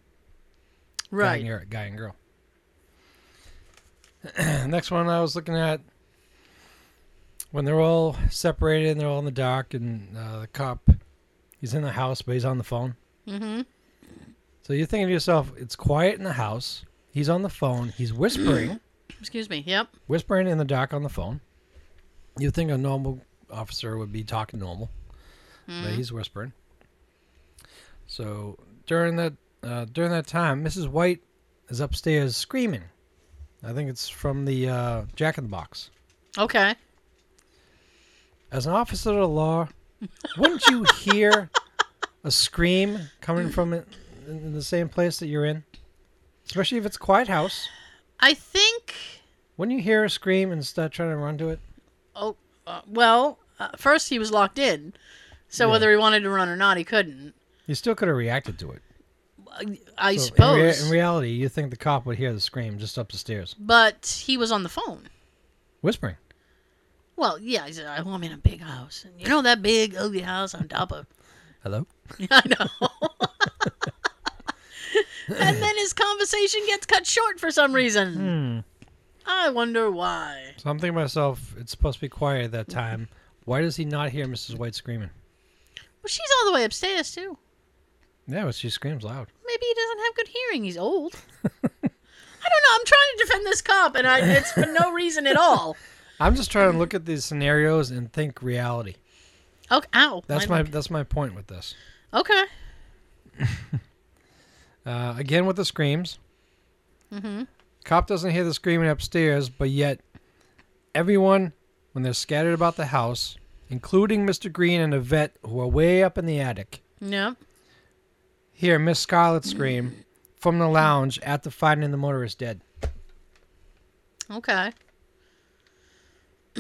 guy, and,
Right.
girl- guy and girl. Next one I was looking at when they're all separated and they're all in the dark, and uh, the cop, he's in the house, but he's on the phone.
Mm-hmm.
So you're thinking to yourself, it's quiet in the house. He's on the phone. He's whispering.
Excuse me. Yep.
whispering in the dark on the phone. You'd think a normal officer would be talking normal, but he's whispering. So during that uh, during that time, Mrs. White is upstairs screaming. I think it's from the uh, Jack in the Box.
Okay.
As an officer of the law, wouldn't you hear a scream coming from it in in the same place that you're in? Especially if it's a quiet house.
I think.
Wouldn't you hear a scream and start trying to run to it?
Oh, uh, well. Uh, first, he was locked in, so
Yeah.
whether he wanted to run or not, he couldn't.
You still could have reacted to it.
I, I
So,
suppose.
In, rea- in reality, you think the cop would hear the scream just up the stairs,
but he was on the phone.
whispering.
Well, yeah. He said, "I am in a big house. You know that big ugly house on top of."
Hello.
I know. and then his conversation gets cut short for some reason.
Hmm.
I wonder why.
So I'm thinking to myself, it's supposed to be quiet at that time. Why does he not hear Mrs. White screaming?
Well, she's all the way upstairs too.
Yeah, but she screams loud.
Maybe he doesn't have good hearing. He's old. I don't know. I'm trying to defend this cop, and I, it's for no reason at all.
I'm just trying to look at these scenarios and think reality.
Okay. Ow.
That's my
I'm-
that's my point with this.
Okay.
Uh, again with the screams. Mm-hmm. Cop doesn't hear the screaming upstairs, but yet everyone, when they're scattered about the house, including Mr. Green and Yvette, who are way up in the attic,
Yeah.
hear Miss Scarlet scream from the lounge after finding the motorist dead.
Okay.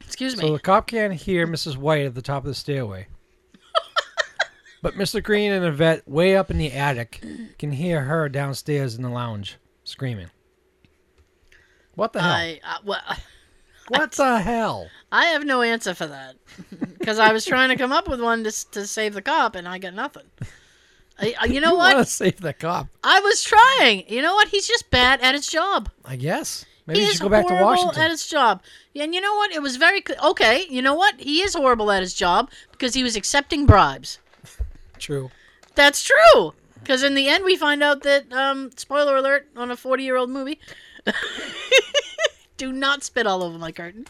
Excuse me.
So the cop can't hear Mrs. White at the top of the stairway. but Mr. Green and Yvette, way up in the attic, can hear her downstairs in the lounge screaming. What the hell?
I uh, well,
what the hell?
I have no answer for that because I was trying to come up with one to s- to save the cop, and I got nothing. I, I- you know
I want
what?
to save the cop,
I was trying. You know what? He's just bad at his job.
I guess. Maybe
he
you
is
should go back to
horrible
Washington.
at his job. And you know what? It was very cl- okay. You know what? He is horrible at his job because he was accepting bribes.
True.
That's true. Because in the end, we find out that um, spoiler alert on a forty-year-old movie. do not spit all over my curtain.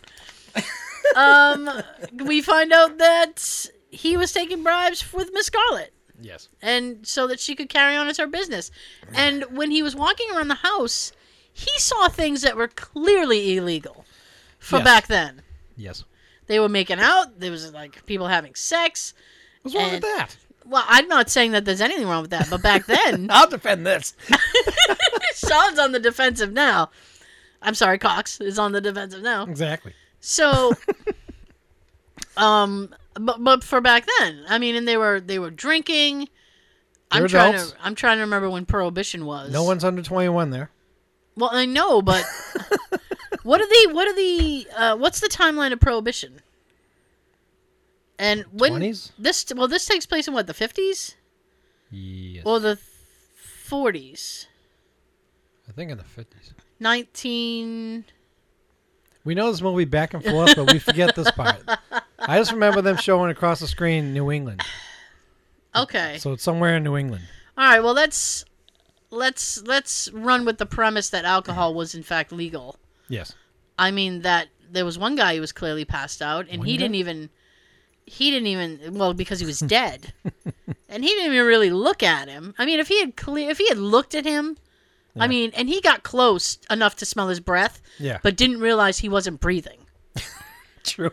um, we find out that he was taking bribes with Miss Scarlet
Yes.
and so that she could carry on as her business. And when he was walking around the house, he saw things that were clearly illegal for
Yes.
back then.
Yes.
They were making out. There was like people having sex.
What's wrong with
And-
that?
Well, I'm not saying that there's anything wrong with that, but back then,
I'll defend this.
Sean's on the defensive now. I'm sorry, Cox is on the defensive now.
Exactly.
So, um, but but for back then, I mean, and they were they were drinking. I'm
They're
trying
adults.
to I'm trying to remember when prohibition was.
No one's under 21 there.
Well, I know, but what are the what are the uh, what's the timeline of prohibition? And when
20s?
this well this takes place in what the 50s
Yes.
or the 40s?
I think in the 50s.
19
We know this movie back and forth, but we forget this part. I just remember them showing across the screen New England.
Okay.
So it's somewhere in New England.
All right, well let's let's let's run with the premise that alcohol was in fact legal.
Yes.
I mean that there was one guy who was clearly passed out, and he
One guy?
didn't even he didn't even well because he was dead, and he didn't even really look at him. I mean, if he had cle- if he had looked at him, I mean, and he got close enough to smell his breath,
Yeah.
but didn't realize he wasn't breathing.
true.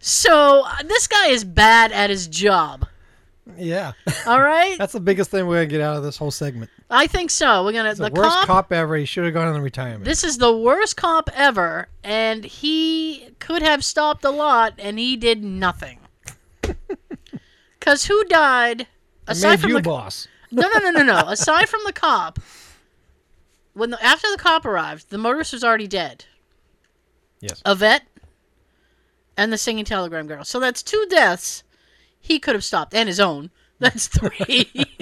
So uh, this guy is bad at his job.
Yeah.
All right,
That's the biggest thing we're going to get out of this whole segment.
I think so. We're gonna
The,
the,
worst
cop
cop, ever. He should have gone in retirement.
This is the worst comp ever, and he could have stopped a lot, and he did nothing. Cause who died?
I
Aside
made
from
you
the
boss.
no no no no no. Aside from the cop, when the, after the cop arrived, the motorist was already dead.
Yes.
A vet, and the singing telegram girl. So that's two deaths. He could have stopped, and his own. That's three.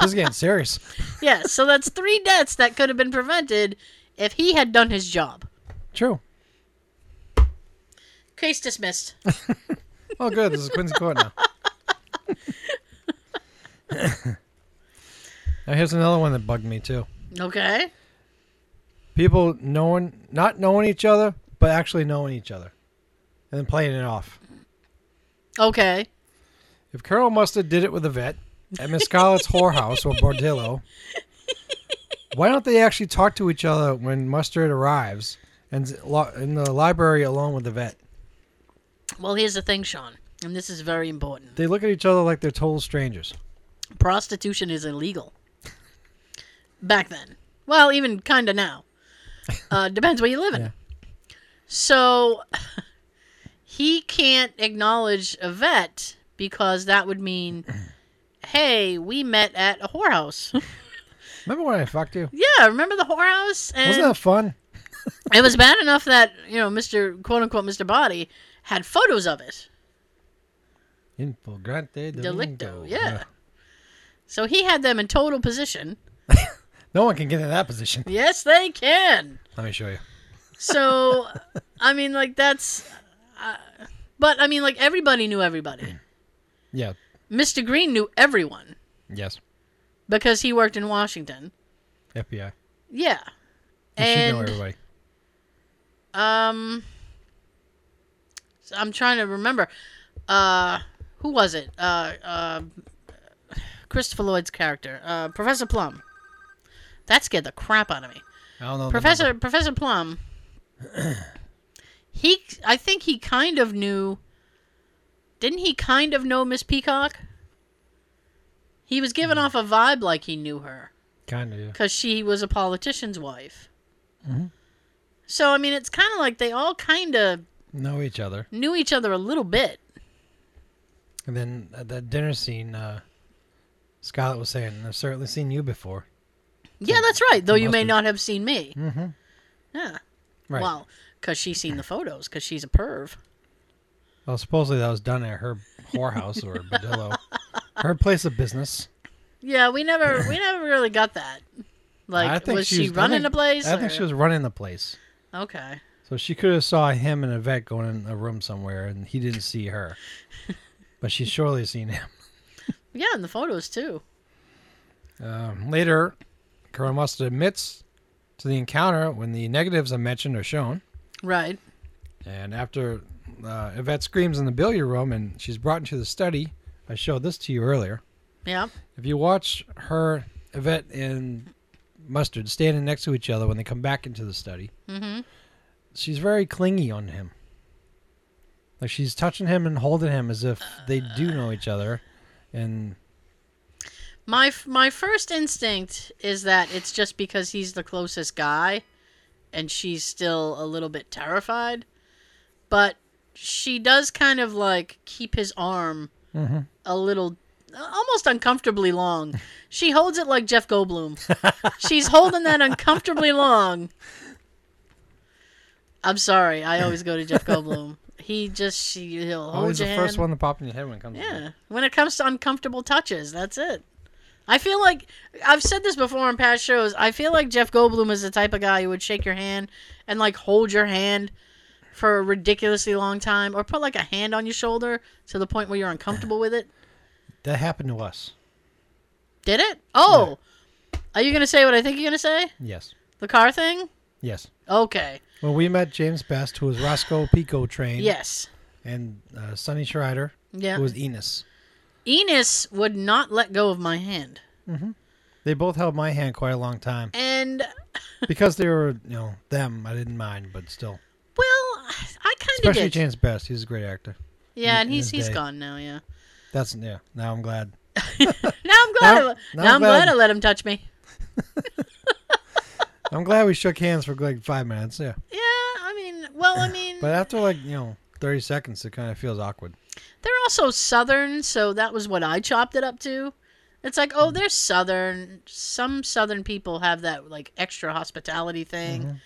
This is getting serious.
yeah, so that's three deaths that could have been prevented if he had done his job.
True.
Case dismissed.
Oh, good. This is Quincy Court now. now, here's another one that bugged me, too.
Okay.
people knowing not knowing each other but actually knowing each other and then playing it off
Okay.
if colonel mustard did it with a vet at miss scarlett's whorehouse or bordello why don't they actually talk to each other when mustard arrives and s- lo- in the library alone with the vet
Well, here's the thing, Sean, and this is very important.
they look at each other like they're total strangers
Prostitution is illegal. Back then. Well, even kind of now. Uh, depends where you live in.
Yeah.
So he can't acknowledge a vet because that would mean, hey, we met at a whorehouse.
remember when i fucked you
yeah, remember the whorehouse? And
wasn't that fun
it was bad enough that, you know, Mr. quote unquote Mr. Body had photos of it.
Infogrante
Delicto, yeah. So he had them in total position.
no one can get in that position
Yes, they can.
let me show you
So, I mean, like that's, uh, but I mean, like everybody knew everybody.
yeah
Mr. Green knew everyone
yes
because he worked in Washington.
fbi
Yeah,
you should know
and
everybody
um, so I'm trying to remember. Uh, who was it? Uh, uh, Christopher Lloyd's character, uh, Professor Plum. That scared the crap out of me.
i don't know the
Professor Professor Plum. he, I think he kind of knew. Didn't he kind of know Miss Peacock? He was giving off a vibe like he knew her
Kind of, yeah.
because she was a politician's wife.
Mm-hmm.
So I mean, it's kind of like they all kind of
Know each other.
knew each other a little bit.
And then at that dinner scene, uh, Scarlett was saying, I've certainly seen you before.
Yeah, that's right. Though you may
Must've-
not have seen me.
Mm-hmm.
Yeah.
Right.
Well, because she's seen the photos. Because she's a perv.
Well, supposedly that was done at her whorehouse or Badillo. Her place of business.
Yeah, we never we never really got that. Like,
I think
was
she
she
was- I
running
think-
the place?
I think
or-
she was running the place.
Okay.
So she could have saw him and a vet going in a room somewhere, and he didn't see her. but she's surely seen him.
Yeah, and the photos too.
Um, later, Colonel Mustard admits to the encounter when the negatives are mentioned or shown.
Right.
And after uh, Yvette screams in the billiard room and she's brought into the study, I showed this to you earlier.
Yeah.
If you watch her, Yvette and Mustard standing next to each other when they come back into the study,
Mm-hmm.
she's very clingy on him. Like she's touching him and holding him as if they do know each other, and
My f- my first instinct is that it's just because he's the closest guy, and she's still a little bit terrified, but she does kind of like keep his arm
Mhm.
a little, almost uncomfortably long. She holds it like Jeff Goldblum. She's holding that uncomfortably long. I'm sorry, I always go to Jeff Goldblum. He just she he'll hold
always
your
the first
hand.
one to pop in your head when it comes. To
Oh, Yeah. When it comes to uncomfortable touches, that's it. I feel like I've said this before on past shows. I feel like Jeff Goldblum is the type of guy who would shake your hand and like hold your hand for a ridiculously long time or put like a hand on your shoulder to the point where you're uncomfortable with it.
that happened to us.
Did it? Oh. Are you going to say what I think you're going to say?
Yes.
The car thing?
Yes.
Okay.
When we met James Best, who was Roscoe Pico trained,
Yes.
and uh, Sonny Schreider,
Yeah.
who was Enos.
Enos would not let go of my hand.
They both held my hand quite a long time
And
because they were, you know, them. I didn't mind, but still,
well, I kind of
especially
did.
James Best. He's a great actor.
yeah, and
in
he's
his
he's
day.
gone now, yeah.
That's yeah. Now I'm glad.
Now I'm glad.
Now-
I,
now
now,
I'm
I'm glad.
glad.
I let him touch me.
I'm glad we shook hands for like five minutes. Yeah,
Yeah, I mean, well, I mean,
but after like you know thirty seconds, it kind of feels awkward.
they're also southern, so that was what I chopped it up to. It's like,
Mm.
oh, they're southern. Some southern people have that like extra hospitality thing.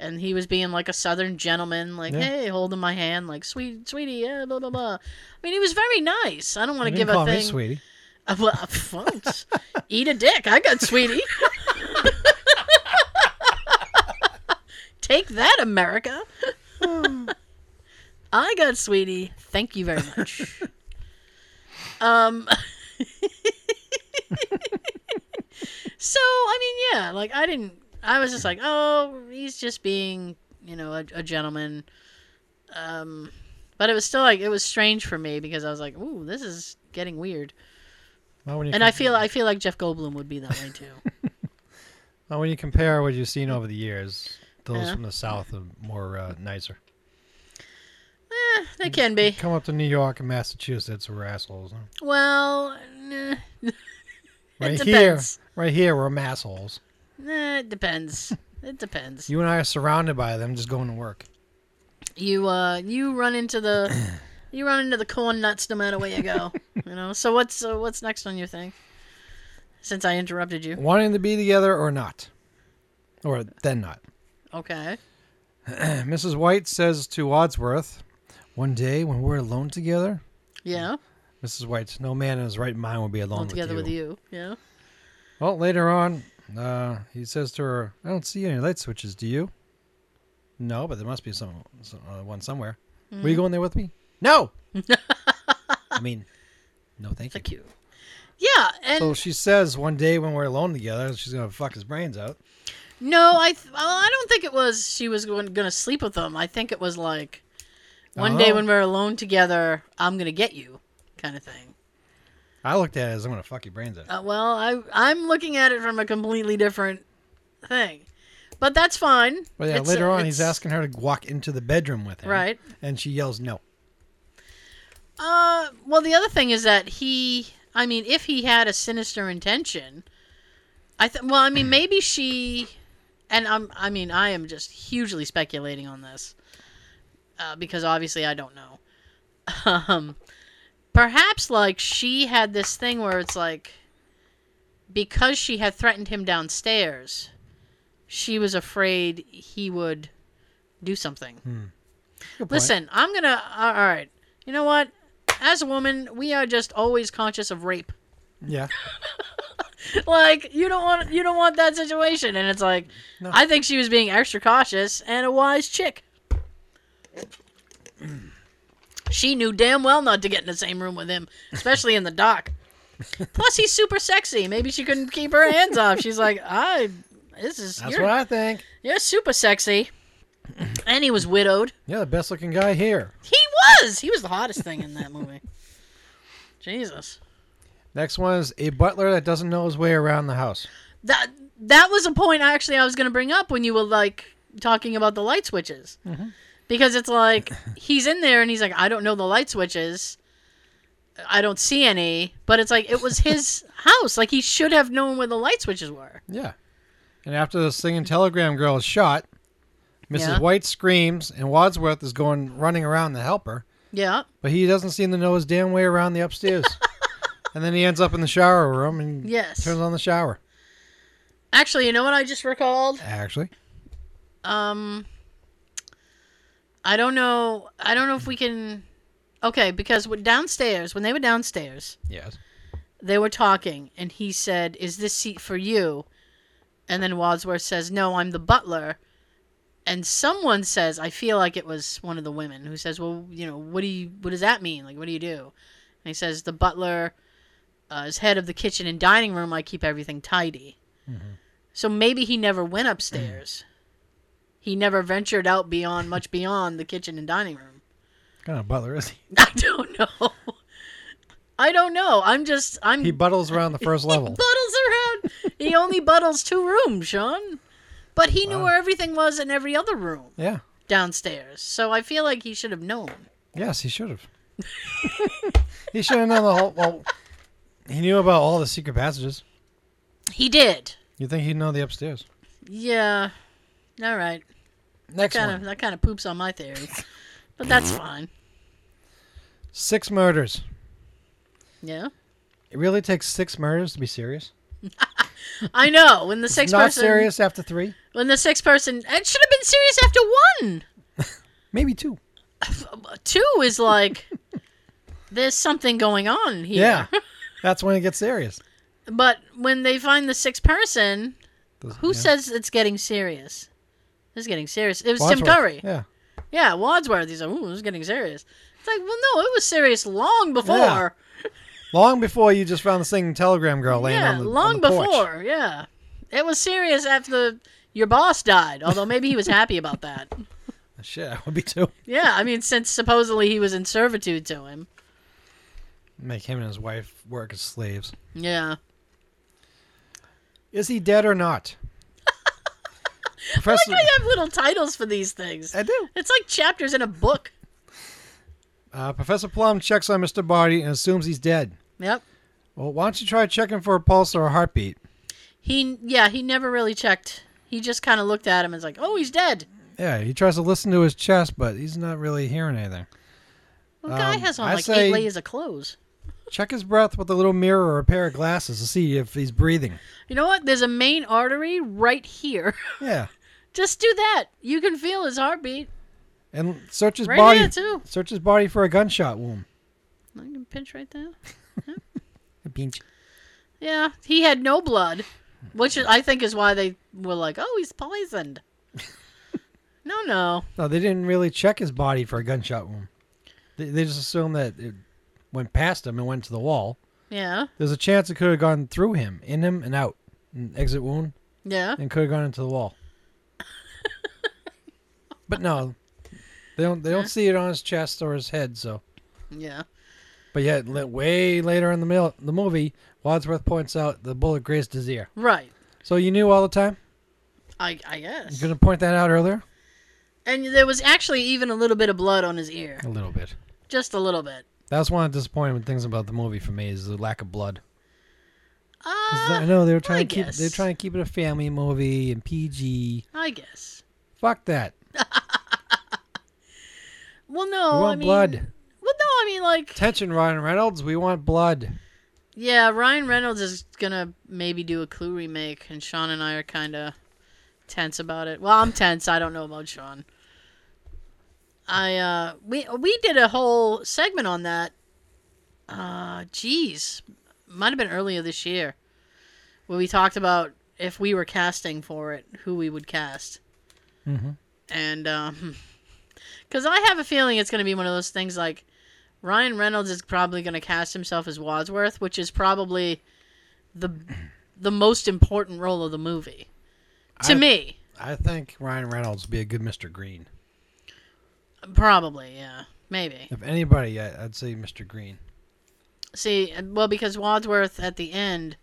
And he was being like a southern gentleman, like,
Mm-hmm. Yeah.
hey, holding my hand, like, sweet, sweetie, yeah, blah, blah, blah. I mean, he was very nice. I don't want
You
to
didn't
give
call
a
me
thing.
sweetie.
Uh, well, uh, folks, eat a dick. I got sweetie. Take that, America. I got sweetie. Thank you very much. Um. so I mean, yeah, like I didn't. I was just like, oh, he's just being, you know, a, a gentleman. Um, but it was still like it was strange for me because I was like, ooh, this is getting weird.
Well, when you
And
com-
I feel I feel like Jeff Goldblum would be that way too.
well, when you compare what you've seen over the years, those
Yeah.
from the south are more uh, nicer.
eh, they can be.
Come up to New York and Massachusetts, we're assholes. huh?
Well, nah,
Right
depends.
here, right here, we're assholes.
nah, it depends. It depends. You,
You and I are surrounded by them, just going to work.
uh you run into the you run into the corn nuts no matter where you go. you know. So what's uh, what's next on your thing? Since I interrupted you.
wanting to be together or not, or then not.
Okay.
Mrs. White says to Wadsworth, "One day when we're alone together,
Yeah.
Mrs. White, no man in his right mind will be alone
All together with you. Yeah.
Well, later on, uh, he says to her, "I don't see any light switches. Do you?" No, but there must be some, some uh, one somewhere. Were
Mm.
you going there with me? No. I mean, no, thank you.
Thank you. Yeah, and
So she says one day when we're alone together, she's gonna fuck his brains out.
No, I th- well, I don't think it was she was going to sleep with him. I think it was like one day
Oh.
when we're alone together, I'm going to get you kind of thing.
I looked at it as I'm gonna fuck your brains out.
Uh, well, I I'm looking at it from a completely different thing. But that's fine.
But yeah,
It's-
later on, he's
it's-
asking her to walk into the bedroom with him.
Right.
And she yells no.
Uh, well, the other thing is that he, I mean, if he had a sinister intention, I think. Well, I mean, maybe she, and I'm, I mean, I am just hugely speculating on this, uh, because obviously I don't know. Um, perhaps like she had this thing where it's like, because she had threatened him downstairs, she was afraid he would do something.
Good point.
Listen, I'm gonna. a- All right. You know what? As a woman, we are just always conscious of rape.
Yeah.
Like you don't want you don't want that situation, and it's like
No.
I think she was being extra cautious and a wise chick. She knew damn well not to get in the same room with him, especially in the dock. Plus, he's super sexy. Maybe she couldn't keep her hands off. She's like, I. This is
That's
you're,
what I think.
you're super sexy, and he was widowed.
Yeah, the best looking guy here.
He was. He was the hottest thing in that movie. Jesus.
Next one is a butler that doesn't know his way around the house.
That that was a point actually I was going to bring up when you were like talking about the light switches. because it's like he's in there and he's like, I don't know the light switches. I don't see any, but it's like it was his house. Like he should have known where the light switches were.
Yeah. And after the singing telegram girl is shot, Mrs.
Yeah.
White screams, and Wadsworth is going running around to help her,
Yeah.
but he doesn't seem to know his damn way around the upstairs. and then he ends up in the shower room and
Yes.
turns on the shower.
Actually, you know what I just recalled?
Actually,
Um I don't know. I don't know if we can Okay, because when downstairs, when they were downstairs,
yes.
they were talking and he said, "Is this seat for you?" And then Wadsworth says, "No, I'm the butler." And someone says, I feel like it was one of the women who says, "Well, you know, what do you what does that mean? Like what do you do?" And he says, "The butler uh, is head of the kitchen and dining room. I keep everything tidy." So maybe he never went upstairs. he never ventured out beyond much beyond the kitchen and dining room.
What kind of butler is he?
I don't know. I don't know. I'm just I'm
He buttles around the first level.
buttles around. he only buttles two rooms, Sean. But he knew where everything was in every other room
Yeah.
downstairs. So I feel like he should have known.
Yes, he should have. he should have known the whole. Well, he knew about all the secret passages.
He did.
You think he'd know the upstairs?
Yeah. All right.
Next
Kind of
one.
that kind of poops on my theory. but that's fine.
Six murders.
Yeah.
It really takes six murders to be serious.
I know. When the sixth
Not
person
serious after three,
when the sixth person it should have been serious after one.
maybe two.
Two is like there's something going on here.
Yeah, that's when it gets serious.
But when they find the sixth person,
Those-
who
yeah.
says it's getting serious? This is getting serious. It was Tim
Wadsworth.
Curry. Yeah.
Yeah,
Wadsworth. He's like, ooh, this is getting serious. It's like, well, no, it was serious long before.
Yeah. long before you just found the singing telegram girl laying
Yeah,
on the on
long
the porch.
before. Yeah. It was serious after your boss died, although maybe he was happy about that.
Ah, Shit, that would be two.
Yeah, I mean, since supposedly he was in servitude to him.
Make him and his wife work as slaves.
Yeah.
Is he dead or not? Professor,
I think I have little titles for these things.
I do.
It's like chapters in a book.
Uh, Professor Plum checks on Mr. Barty and assumes he's dead.
Yep.
Well, why don't you try checking for a pulse or a heartbeat?
He yeah, he never really checked. He just kind of looked at him and was like, "Oh, he's dead."
Yeah, he tries to listen to his chest, but he's not really hearing anything.
Well, guy
Um,
has on
I
like
say-
eight layers of clothes.
Check his breath with a little mirror or a pair of glasses to see if he's breathing.
You know what? There's a main artery right here.
Yeah,
just do that. You can feel his heartbeat.
and search his
Right
body.
here, too.
Search his body for a gunshot wound.
I can pinch right there.
A pinch.
Yeah, he had no blood, which is- I think is why they were like, "Oh, he's poisoned." no, no.
No, they didn't really check his body for a gunshot wound. They, they just assumed that it went past him and went to the wall.
Yeah,
There's a chance it could have gone through him, in him and out, an exit wound,
yeah.
and could have gone into the wall. but no, they don't. They don't see it on his chest or his head. So,
Yeah.
but yet, li- way later in the mil- the movie, Wadsworth points out the bullet grazed his ear.
Right.
So you knew all the time.
I I guess.
You're gonna point that out earlier.
And there was actually even a little bit of blood on his ear,
A little bit.
just a little bit.
That's one of the disappointing things about the movie for me is the lack of blood. 'Cause
Uh,
I know they were
I
trying to keep
guess.
they're trying to keep it a family movie and PG.
I guess.
Fuck that.
Well,
We
no. Oh, I
want
mean,
blood.
Well, no, I mean, like,
Attention, Ryan Reynolds. We want blood.
yeah, Ryan Reynolds is gonna maybe do a Clue remake, and Sean and I are kind of tense about it. Well, I'm tense. I don't know about Sean. I uh, we we did a whole segment on that. Uh, jeez, might have been earlier this year, where we talked about if we were casting for it, who we would cast,
Mhm.
and um, because I have a feeling it's gonna be one of those things like. Ryan Reynolds is probably going to cast himself as Wadsworth, which is probably the the most important role of the movie to
I-
me.
I think Ryan Reynolds would be a good Mr. Green.
Probably, yeah, maybe.
If anybody, I, I'd say Mr. Green.
See, well, because Wadsworth at the end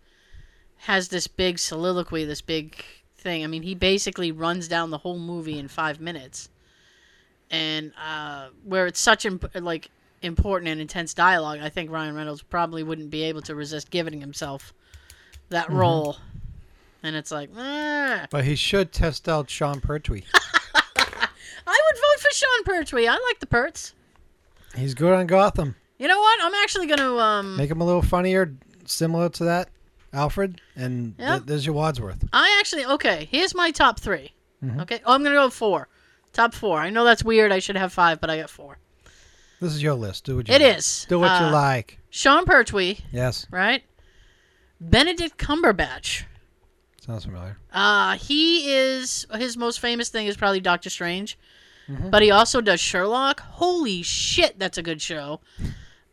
has this big soliloquy, this big thing. I mean, he basically runs down the whole movie in five minutes, and uh, where it's such imp- like important and intense dialogue, I think Ryan Reynolds probably wouldn't be able to resist giving himself that role. And it's like, ah.
But he should test out Sean Pertwee.
I would vote for Sean Pertwee. I like the Perts.
He's good on Gotham.
You know what? I'm actually gonna um.
Make him a little funnier, similar to that Alfred, and th-
Yeah.
there's your Wadsworth.
I actually okay. Here's my top 3
Mm-hmm.
Okay. Oh, I'm gonna go four. Top four. I know that's weird. I should have five, but I got four.
This is your list. Do what you
It
like.
is.
Do what
uh,
you like.
Sean Pertwee,
Yes,
right? Benedict Cumberbatch.
sounds familiar.
Uh, he is his most famous thing is probably Doctor Strange, but he also does Sherlock. Holy shit, that's a good show.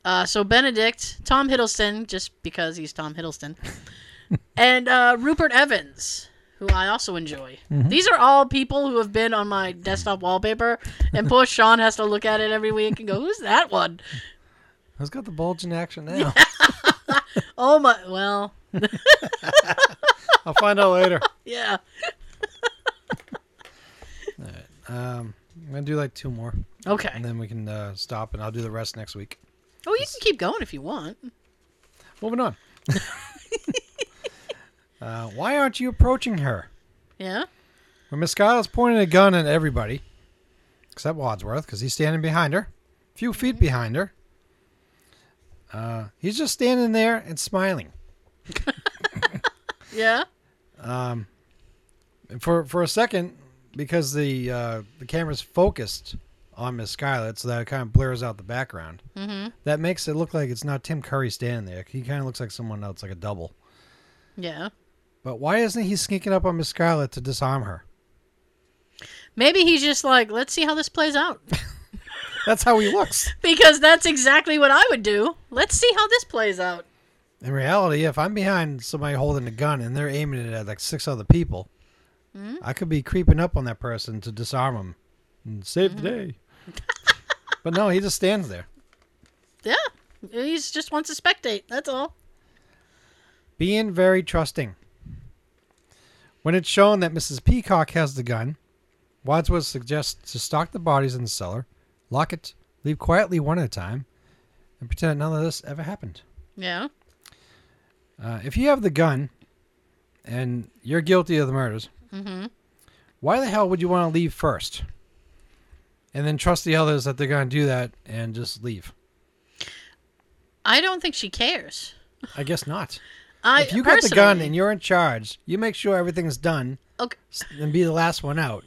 Uh, so Benedict, Tom Hiddleston, just because he's Tom Hiddleston, and uh, Rupert Evans, who I also enjoy. These are all people who have been on my desktop wallpaper, and poor Sean has to look at it every week and go, "Who's that one?"
Who's got the bulge in action now?
Oh my, well,
I'll find out later.
yeah.
Um, I'm gonna do like two more,
Okay.
and then we can uh, stop, and I'll do the rest next week.
Oh, you can keep going if you want.
Moving on. uh, why aren't you approaching her?
Yeah.
When Miss Scarlet's pointing a gun at everybody, except Wadsworth, because he's standing behind her, a few
Mm-hmm.
feet behind her. Uh, he's just standing there and smiling.
Yeah.
And for for a second, because the uh, the camera's focused on Miss Scarlet, so that it kind of blurs out the background. Mm-hmm. That makes it look like it's not Tim Curry standing there. He kind of looks like someone else, like a double.
Yeah.
But why isn't he sneaking up on Miss Scarlet to disarm her?
Maybe he's just like, let's see how this plays out.
That's how he looks.
because that's exactly what I would do. Let's see how this plays out.
In reality, if I'm behind somebody holding a gun and they're aiming it at like six other people, I could be creeping up on that person to disarm him and save the day. but no, he just stands there.
Yeah. He just wants to spectate. That's all.
being very trusting. When it's shown that Mrs. Peacock has the gun, Wadsworth suggests to stock the bodies in the cellar, lock it, leave quietly one at a time, and pretend none of this ever happened.
Yeah.
Uh, if you have the gun and you're guilty of the murders,
Mm-hmm.
why the hell would you want to leave first? And then trust the others that they're going to do that and just leave?
I don't think she cares.
I guess not.
I
If you got the gun
personally-
and you're in charge, you make sure everything's done
okay.
s- and be the last one out.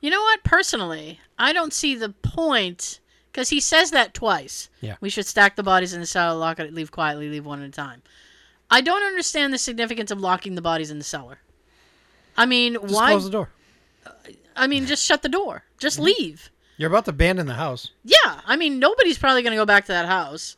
You know what? Personally, I don't see the point because he says that twice.
Yeah.
We should stack the bodies in the cellar, lock it, leave quietly, leave one at a time. I don't understand the significance of locking the bodies in the cellar. I mean,
Just
why?
close the door.
I mean, just shut the door. Just
Mm-hmm.
leave.
You're about to abandon the house.
Yeah, I mean nobody's probably going to go back to that house.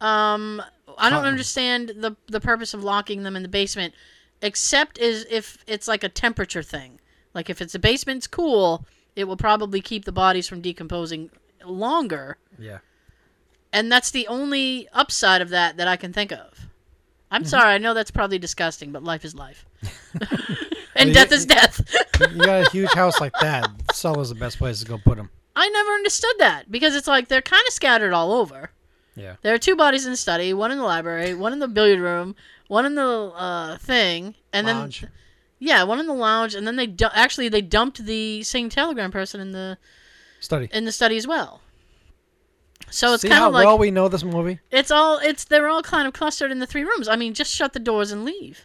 Um, I don't understand the the purpose of locking them in the basement, except is if it's like a temperature thing. Like if it's the basement's cool, it will probably keep the bodies from decomposing longer,
Yeah.
and that's the only upside of that that I can think of.
Mm-hmm.
I'm sorry, I know that's probably disgusting, but life is life, and
Well,
death
you-
is death.
You got a huge house like that. The cellar's the best place to go put them.
I never understood that because it's like they're kind of scattered all over.
Yeah.
There are two bodies in the study, one in the library, one in the billiard room, one in the uh, thing, and
Lounge.
then yeah, one in the lounge, and then they du- actually they dumped the same telegram person in the
Study.
in the study as well. So it's
See
kind
how
of like
well we know this movie?
it's all it's they're all kind of clustered in the three rooms. I mean, just shut the doors and leave.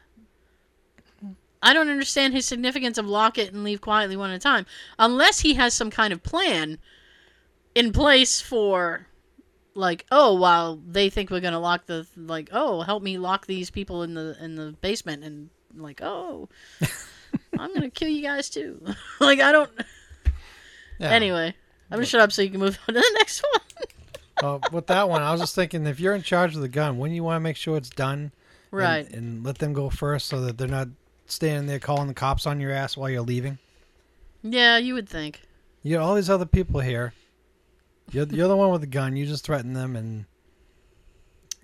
I don't understand his significance of lock it and leave quietly one at a time, unless he has some kind of plan in place for, like, oh, while they think we're gonna lock the like, oh, help me lock these people in the in the basement and like, oh, I'm gonna kill you guys too. like, I don't.
Yeah.
Anyway, I'm gonna shut up so you can move on to the next one.
Uh, with that one, I was just thinking if you're in charge of the gun, wouldn't you want to make sure it's done? and-
Right.
And, let them go first so that they're not standing there calling the cops on your ass while you're leaving?
yeah, you would think.
You got all these other people here. You're, you're the one with the gun. You just threaten them and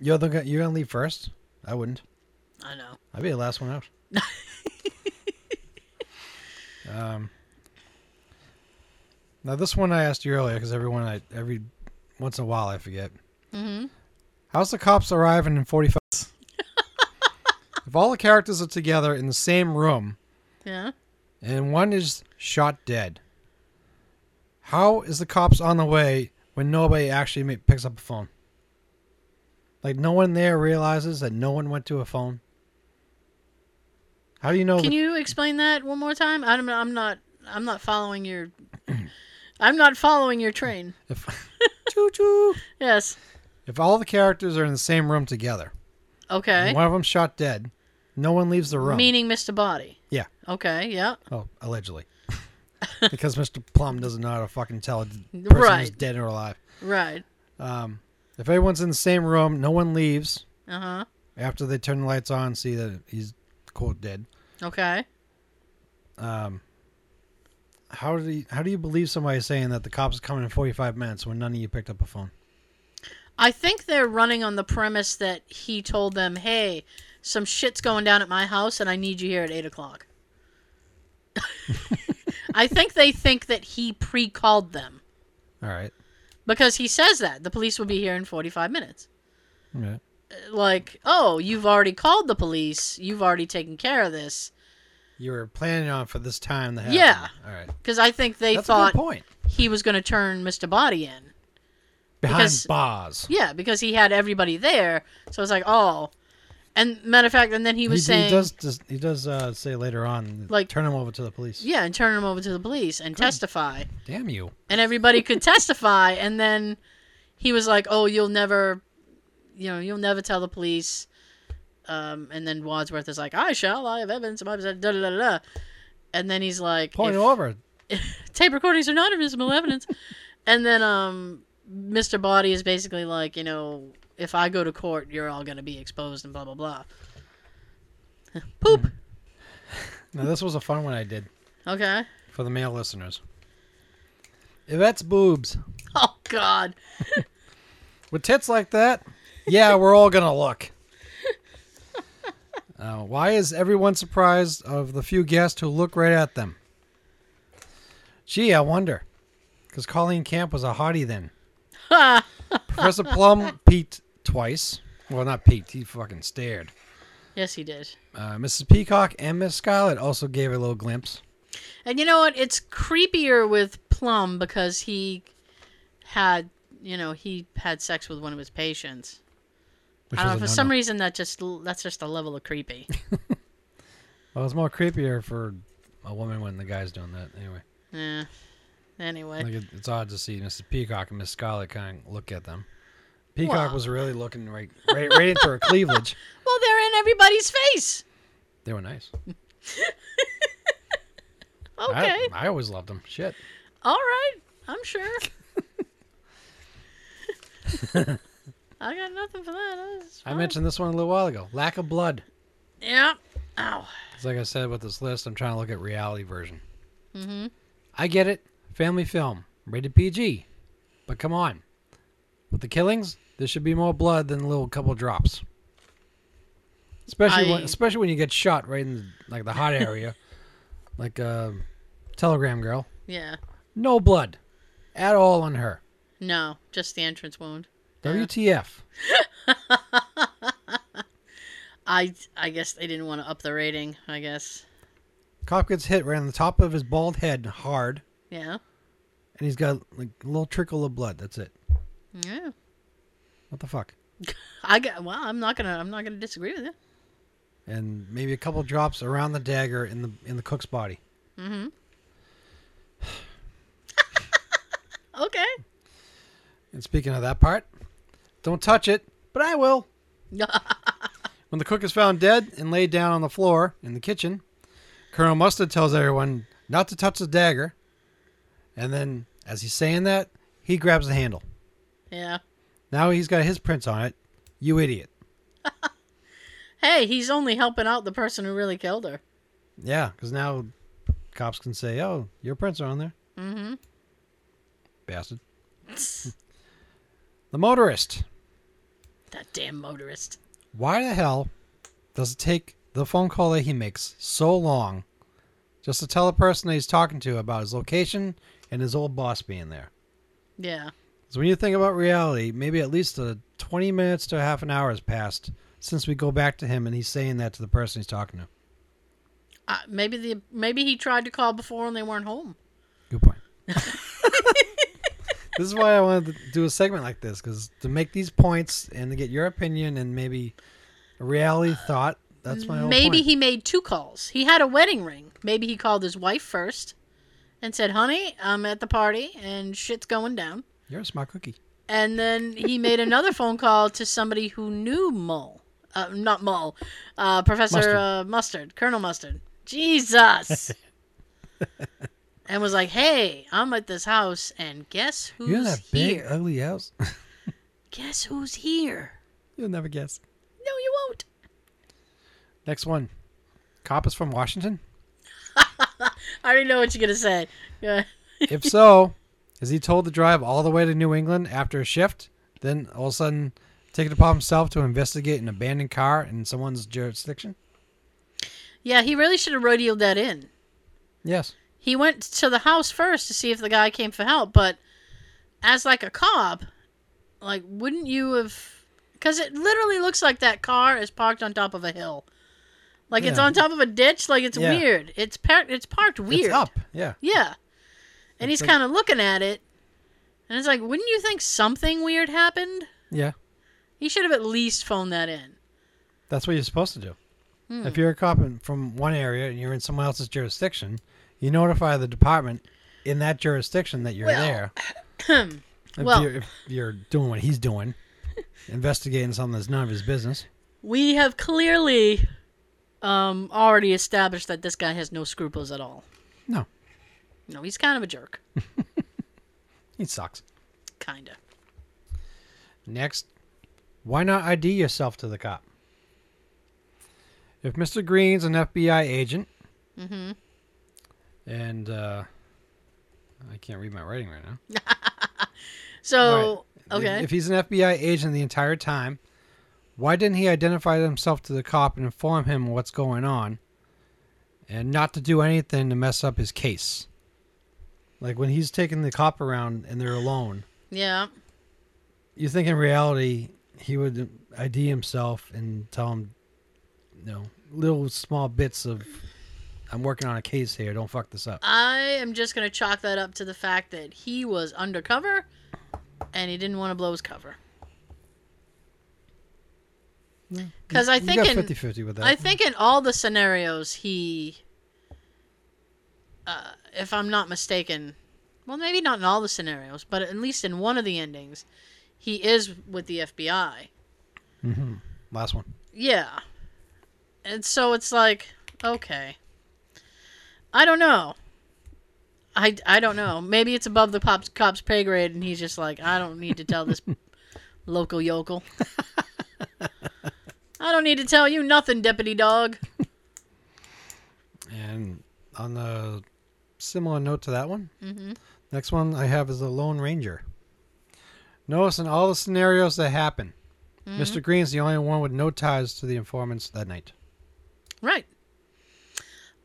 you're, the, gu- you're going to leave first? I wouldn't.
I know.
I'd be the last one out. um, Now this one I asked you earlier because everyone I every once in a while I forget.
Mm-hmm.
How's the cops arriving in forty five? if all the characters are together in the same room
Yeah.
and one is shot dead, how is the cops on the way when nobody actually ma- picks up a phone? Like no one there realizes that no one went to a phone. How do you know?
Can
the-
you explain that one more time? I'm, I'm not. I'm not following your. I'm not following your train.
if, choo choo.
Yes.
If all the characters are in the same room together, and
Okay.
one of them shot dead, no one leaves the room.
Meaning Mr. Body.
Yeah.
Okay. Yeah.
Oh, allegedly. because Mr. Plum doesn't know how to fucking tell a person who's
Right.
dead or alive.
Right.
Um, if everyone's in the same room, no one leaves
Uh huh.
after they turn the lights on and see that he's quote dead.
Okay.
Um, how do you, how do you believe somebody saying that the cops are coming in 45 minutes when none of you picked up a phone?
I think they're running on the premise that he told them, "Hey, some shit's going down at my house, and I need you here at eight o'clock." I think they think that he pre-called them
All right.
because he says that the police will be here in forty-five minutes.
Yeah.
Like, oh, you've already called the police. You've already taken care of this.
You were planning on for this time to happen.
Yeah.
All right.
Because I think they
That's a
thought
good point.
he was going to turn Mr. Body in.
Behind
because-
bars.
Yeah, because he had everybody there. So it's like, oh. And matter of fact, and then he was saying,
does, does he does uh, say later on like
Like-
turn him over to the police.
yeah, and turn him over to the police and testify.
Damn you.
And everybody could testify. And then he was like, oh, you'll never, you know, you'll never tell the police. Um, and then Wadsworth is like, I shall. I have evidence. of my possession, Da, da, da, da. And then he's like,
Point
if-
over.
tape recordings are not admissible evidence. and then um, Mr. Body is basically like, you know, if I go to court, you're all going to be exposed and blah, blah, blah. Poop.
Mm-hmm. Now this was a fun one I did
Okay.
for the male listeners. Yvette's boobs.
Oh, God.
With tits like that, yeah, we're all gonna look. Uh, why is everyone surprised of the few guests who look right at them? Gee, I wonder. Because Colleen Camp was a hottie then.
Ha.
Professor Plum peeked twice. Well, not peeked. He fucking stared.
yes, he did.
Uh, Mrs. Peacock and Miss Scarlet also gave a little glimpse.
And you know what? It's creepier with Plum because he had, you know, he had sex with one of his patients.
Which
I don't know.
was a
For some
no-no.
reason, that just that's just a level of creepy.
Well, it's more creepier for a woman when the guy's doing that. Anyway,
yeah. Anyway.
like it, it's odd to see Mrs. Peacock and Miss Scarlet kind of look at them. Peacock
Wow.
was really looking right, right, right into her cleavage.
Well, they're in everybody's face.
They were nice.
Okay.
I, I always loved them. Shit.
All right, I'm sure. I got nothing for that. That's
I
fine.
mentioned this one a little while ago. Lack of blood.
Yeah. Ow.
It's like I said with this list. I'm trying to look at reality version.
Mhm.
I get it. Family film, rated PG. But come on, with the killings, there should be more blood than a little couple drops. Especially, when,
I-
especially when you get shot right in the, like the hot area, like uh, Telegram Girl.
Yeah.
No blood, at all on her.
No, just the entrance wound.
WTF?
I I guess they didn't want to up the rating. I guess.
Cop gets hit right on the top of his bald head hard,
Yeah.
and he's got like a little trickle of blood. That's it.
Yeah.
What the fuck?
I got. Well, I'm not gonna. I'm not gonna disagree with you.
and maybe a couple drops around the dagger in the in the cook's body.
Okay.
And speaking of that part, don't touch it, but I will. when the cook is found dead and laid down on the floor in the kitchen, Colonel Mustard tells everyone not to touch the dagger. And then, as he's saying that, he grabs the handle.
Yeah.
Now he's got his prints on it. You idiot.
Hey, he's only helping out the person who really killed her.
Yeah, because now cops can say, "Oh, your prints are on there." Mm-hmm. Bastard. the motorist.
That damn motorist.
why the hell does it take the phone call that he makes so long just to tell the person that he's talking to about his location and his old boss being there.
Yeah.
So when you think about reality, maybe at least uh 20 minutes to half an hour has passed since we go back to him and he's saying that to the person he's talking to.
Uh, maybe the maybe he tried to call before and they weren't home.
Good point. this is why I wanted to do a segment like this because to make these points and to get your opinion and maybe a reality thought. That's my whole
Maybe
point.
he made two calls. He had a wedding ring. Maybe he called his wife first and said, "Honey, I'm at the party and shit's going down."
You're a smart cookie.
And then he made another phone call to somebody who knew Mull. Uh, not Mull. Uh, Professor
Mustard.
Uh, Mustard. Colonel Mustard. Jesus. and was like, hey, I'm at this house, and guess who's
You're in that big uh,
here?
ugly house.
Guess who's here?
You'll never guess.
No, you won't.
Next one. Cop is from Washington.
I already know what you're going to say. Uh, Yeah.
If so, is he told to drive all the way to New England after a shift? Then all of a sudden, take it upon himself to investigate an abandoned car in someone's jurisdiction?
yeah, he really should have rodeoed that in.
Yes.
he went to the house first to see if the guy came for help but as like a cop like wouldn't you have because it literally looks like that car is parked on top of a hill like it's
Yeah.
on top of a ditch like it's
Yeah.
weird it's par- it's parked weird
It's up. Yeah.
yeah and he's
like-
kind of looking at it and it's like wouldn't you think something weird happened
Yeah.
he should have at least phoned that in
That's what you're supposed to do.
Hmm.
If you're a cop in, from one area and you're in someone else's jurisdiction, you notify the department in that jurisdiction that you're
Well,
there. if,
well-
you're, if you're doing what he's doing, investigating something that's none of his business.
we have clearly um, already established that this guy has no scruples at all
No,
no he's kind of a jerk
he sucks.
kinda
Next, why not ID yourself to the cop? If Mr. Green's an FBI agent, and uh, I can't read my writing right now.
So
If-
okay,
If he's an FBI agent the entire time, why didn't he identify himself to the cop and inform him what's going on and not to do anything to mess up his case? Like when he's taking the cop around and they're alone,
yeah,
you think in reality he would ID himself and tell him, you know, little small bits of, I'm working on a case here, don't fuck this up.
I am just gonna chalk that up to the fact that he was undercover, and he didn't want to blow his cover. Because I
you
think
got
in
50 50 with that.
I think in all the scenarios he, uh, if I'm not mistaken, well maybe not in all the scenarios, but at least in one of the endings, he is with the FBI.
Last one.
Yeah. And so it's like, okay. I don't know. I, I don't know. Maybe it's above the pop's, cop's pay grade, and he's just like, I don't need to tell this local yokel. I don't need to tell you nothing, deputy dog.
And on a similar note to that one,
Mm-hmm.
next one I have is the Lone Ranger. Notice in all the scenarios that happen,
Mm-hmm.
Mr. Green's the only one with no ties to the informants that night.
Right.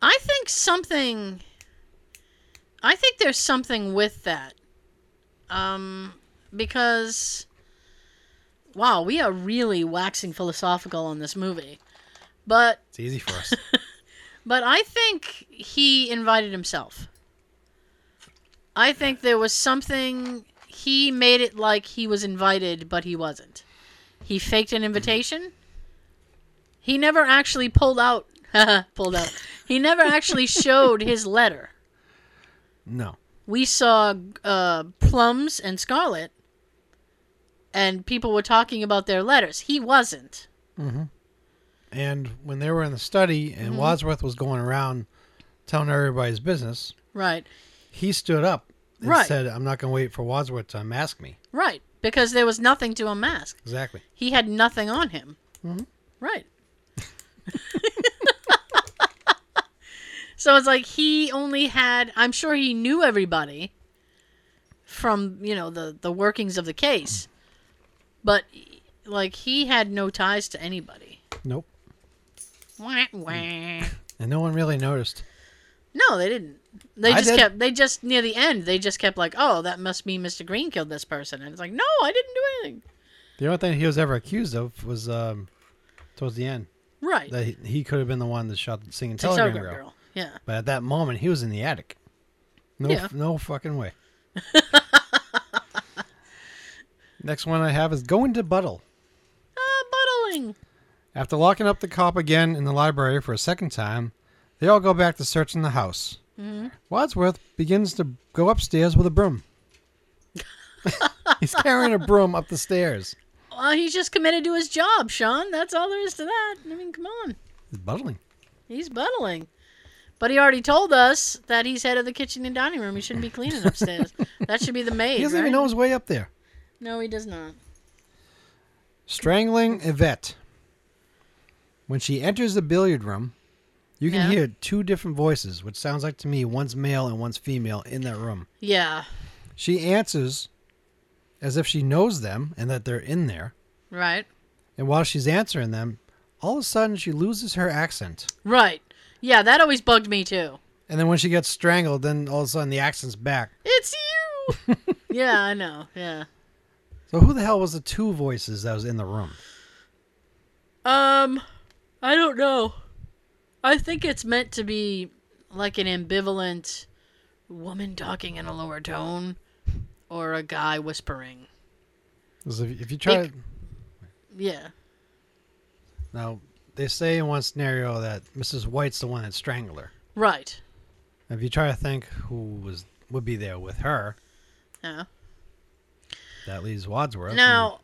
I think something. I think there's something with that. Um, because. Wow, we are really waxing philosophical on this movie. But
It's easy for us.
but I think he invited himself. I think there was something he made it like he was invited, but he wasn't. He faked an invitation. He never actually pulled out. pulled out. He never actually showed his letter.
no.
We saw uh, Plums and Scarlet, and people were talking about their letters. He wasn't.
And when they were in the study and Wadsworth was going around telling everybody his business,
Right.
he stood up and
Right.
said, I'm not going to wait for Wadsworth to unmask me.
Right. Because there was nothing to unmask.
Exactly.
He had nothing on him. Right. so it's like he only had. I'm sure he knew everybody from you know the the workings of the case, but like he had no ties to anybody.
Nope.
Wah, wah.
And no one really noticed.
No, they didn't. They
I
just
did.
kept. They just near the end. They just kept like, "Oh, that must mean Mr. Green killed this person." And it's like, "No, I didn't do anything."
The only thing he was ever accused of was um, towards the end
Right.
that he, he could have been the one that shot the singing
It's
telegram
Telegram
girl.
girl. Yeah.
But at that moment, he was in the attic. No,
Yeah.
no fucking way. Next one I have is going to Buttle.
Ah, buttling.
After locking up the cop again in the library for a second time, they all go back to searching the house.
Mm-hmm.
Wadsworth begins to go upstairs with a broom. He's carrying a broom up the stairs.
Well, he's just committed to his job, Sean. That's all there is to that. I mean, come on.
He's buttling.
He's buttling. But he already told us that he's head of the kitchen and dining room. He shouldn't be cleaning upstairs. that should be the maid.
He doesn't even
right?
know his way up there.
No, he does not.
Strangling Yvette. When she enters the billiard room, you
Yeah.
can hear two different voices, which sounds like to me one's male and one's female in that room.
Yeah.
She answers as if she knows them and that they're in there.
Right.
And while she's answering them, all of a sudden she loses her accent.
Right. Yeah, that always bugged me too.
And then when she gets strangled, then all of a sudden the accent's back.
It's you. yeah, I know. Yeah.
So who the hell was the two voices that was in the room?
Um, I don't know. I think it's meant to be like an ambivalent woman talking in a lower tone or a guy whispering.
'Cause If, if you try
Like- Yeah.
now, they say in one scenario that Mrs. White's the one that strangled her.
Right.
If you try to think who was would be there with her,
Yeah.
that leaves Wadsworth.
Now,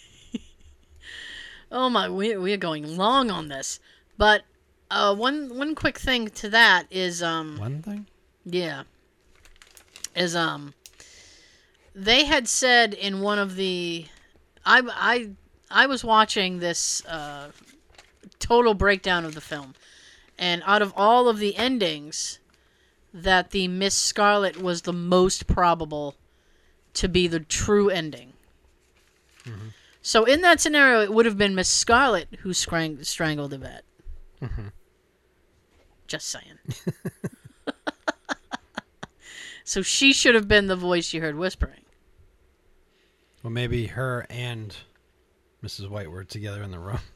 oh my, we we are going long on this, but uh, one one quick thing to that is um
And one thing.
yeah, is um they had said in one of the I I I was watching this uh, total breakdown of the film, and out of all of the endings, that the Miss Scarlet was the most probable to be the true ending. So in that scenario, it would have been Miss Scarlet who strang- strangled Yvette. Just saying. so she should have been the voice you heard whispering.
Well, maybe her and Mrs. White were together in the room.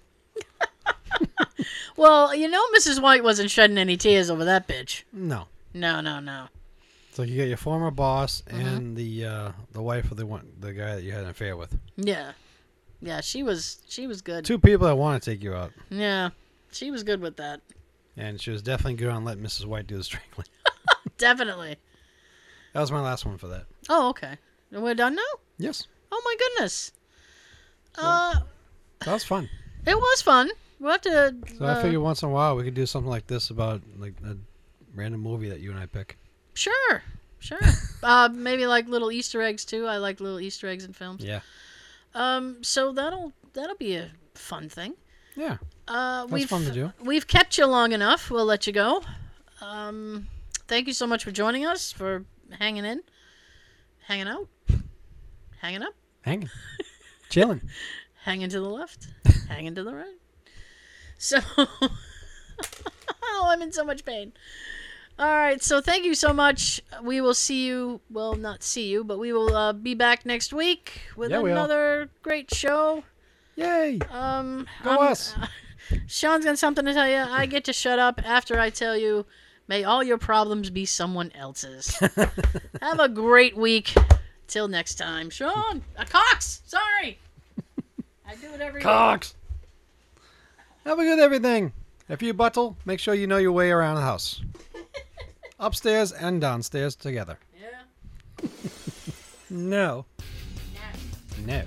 Well, you know, Mrs. White wasn't shedding any tears over that bitch.
No,
No, no, no.
it's like you got your former boss and the uh, the wife of the one the guy that you had an affair with.
Yeah, yeah, she was, she was good.
Two people that want to take you out,
Yeah, she was good with that.
and she was definitely good on letting Mrs. White do the strangling.
Definitely.
That was my last one for that.
Oh, okay. And We're done now.
Yes,
Oh my goodness. Uh,
that was fun.
it was fun. We'll have to.
So I
uh,
figured once in a while we could do something like this about like a random movie that you and I pick.
Sure, sure. uh, maybe like little Easter eggs too. I like little Easter eggs in films.
Yeah,
Um, so that'll that'll be a fun thing.
yeah,
Uh,
that's
we've
fun to do.
we've kept you long enough. We'll let you go. Um, thank you so much for joining us, for hanging in, hanging out, hanging up,
Hanging, chilling.
hanging to the left, hanging to the right. So, oh, I'm in so much pain. All right, so thank you so much. We will see you. Well, not see you, but we will uh, be back next week with
Yeah, we are.
another great show.
Yay!
Um,
Go
I'm-
us.
Sean's got something to tell you. I get to shut up after I tell you. May all your problems be someone else's. Have a great week. Till next time, Sean. Uh, Cox. Sorry. I do it every
Cox.
Have a good everything. If you buttle, make sure you know your way around the house. Upstairs and downstairs together.
Yeah.
No. No.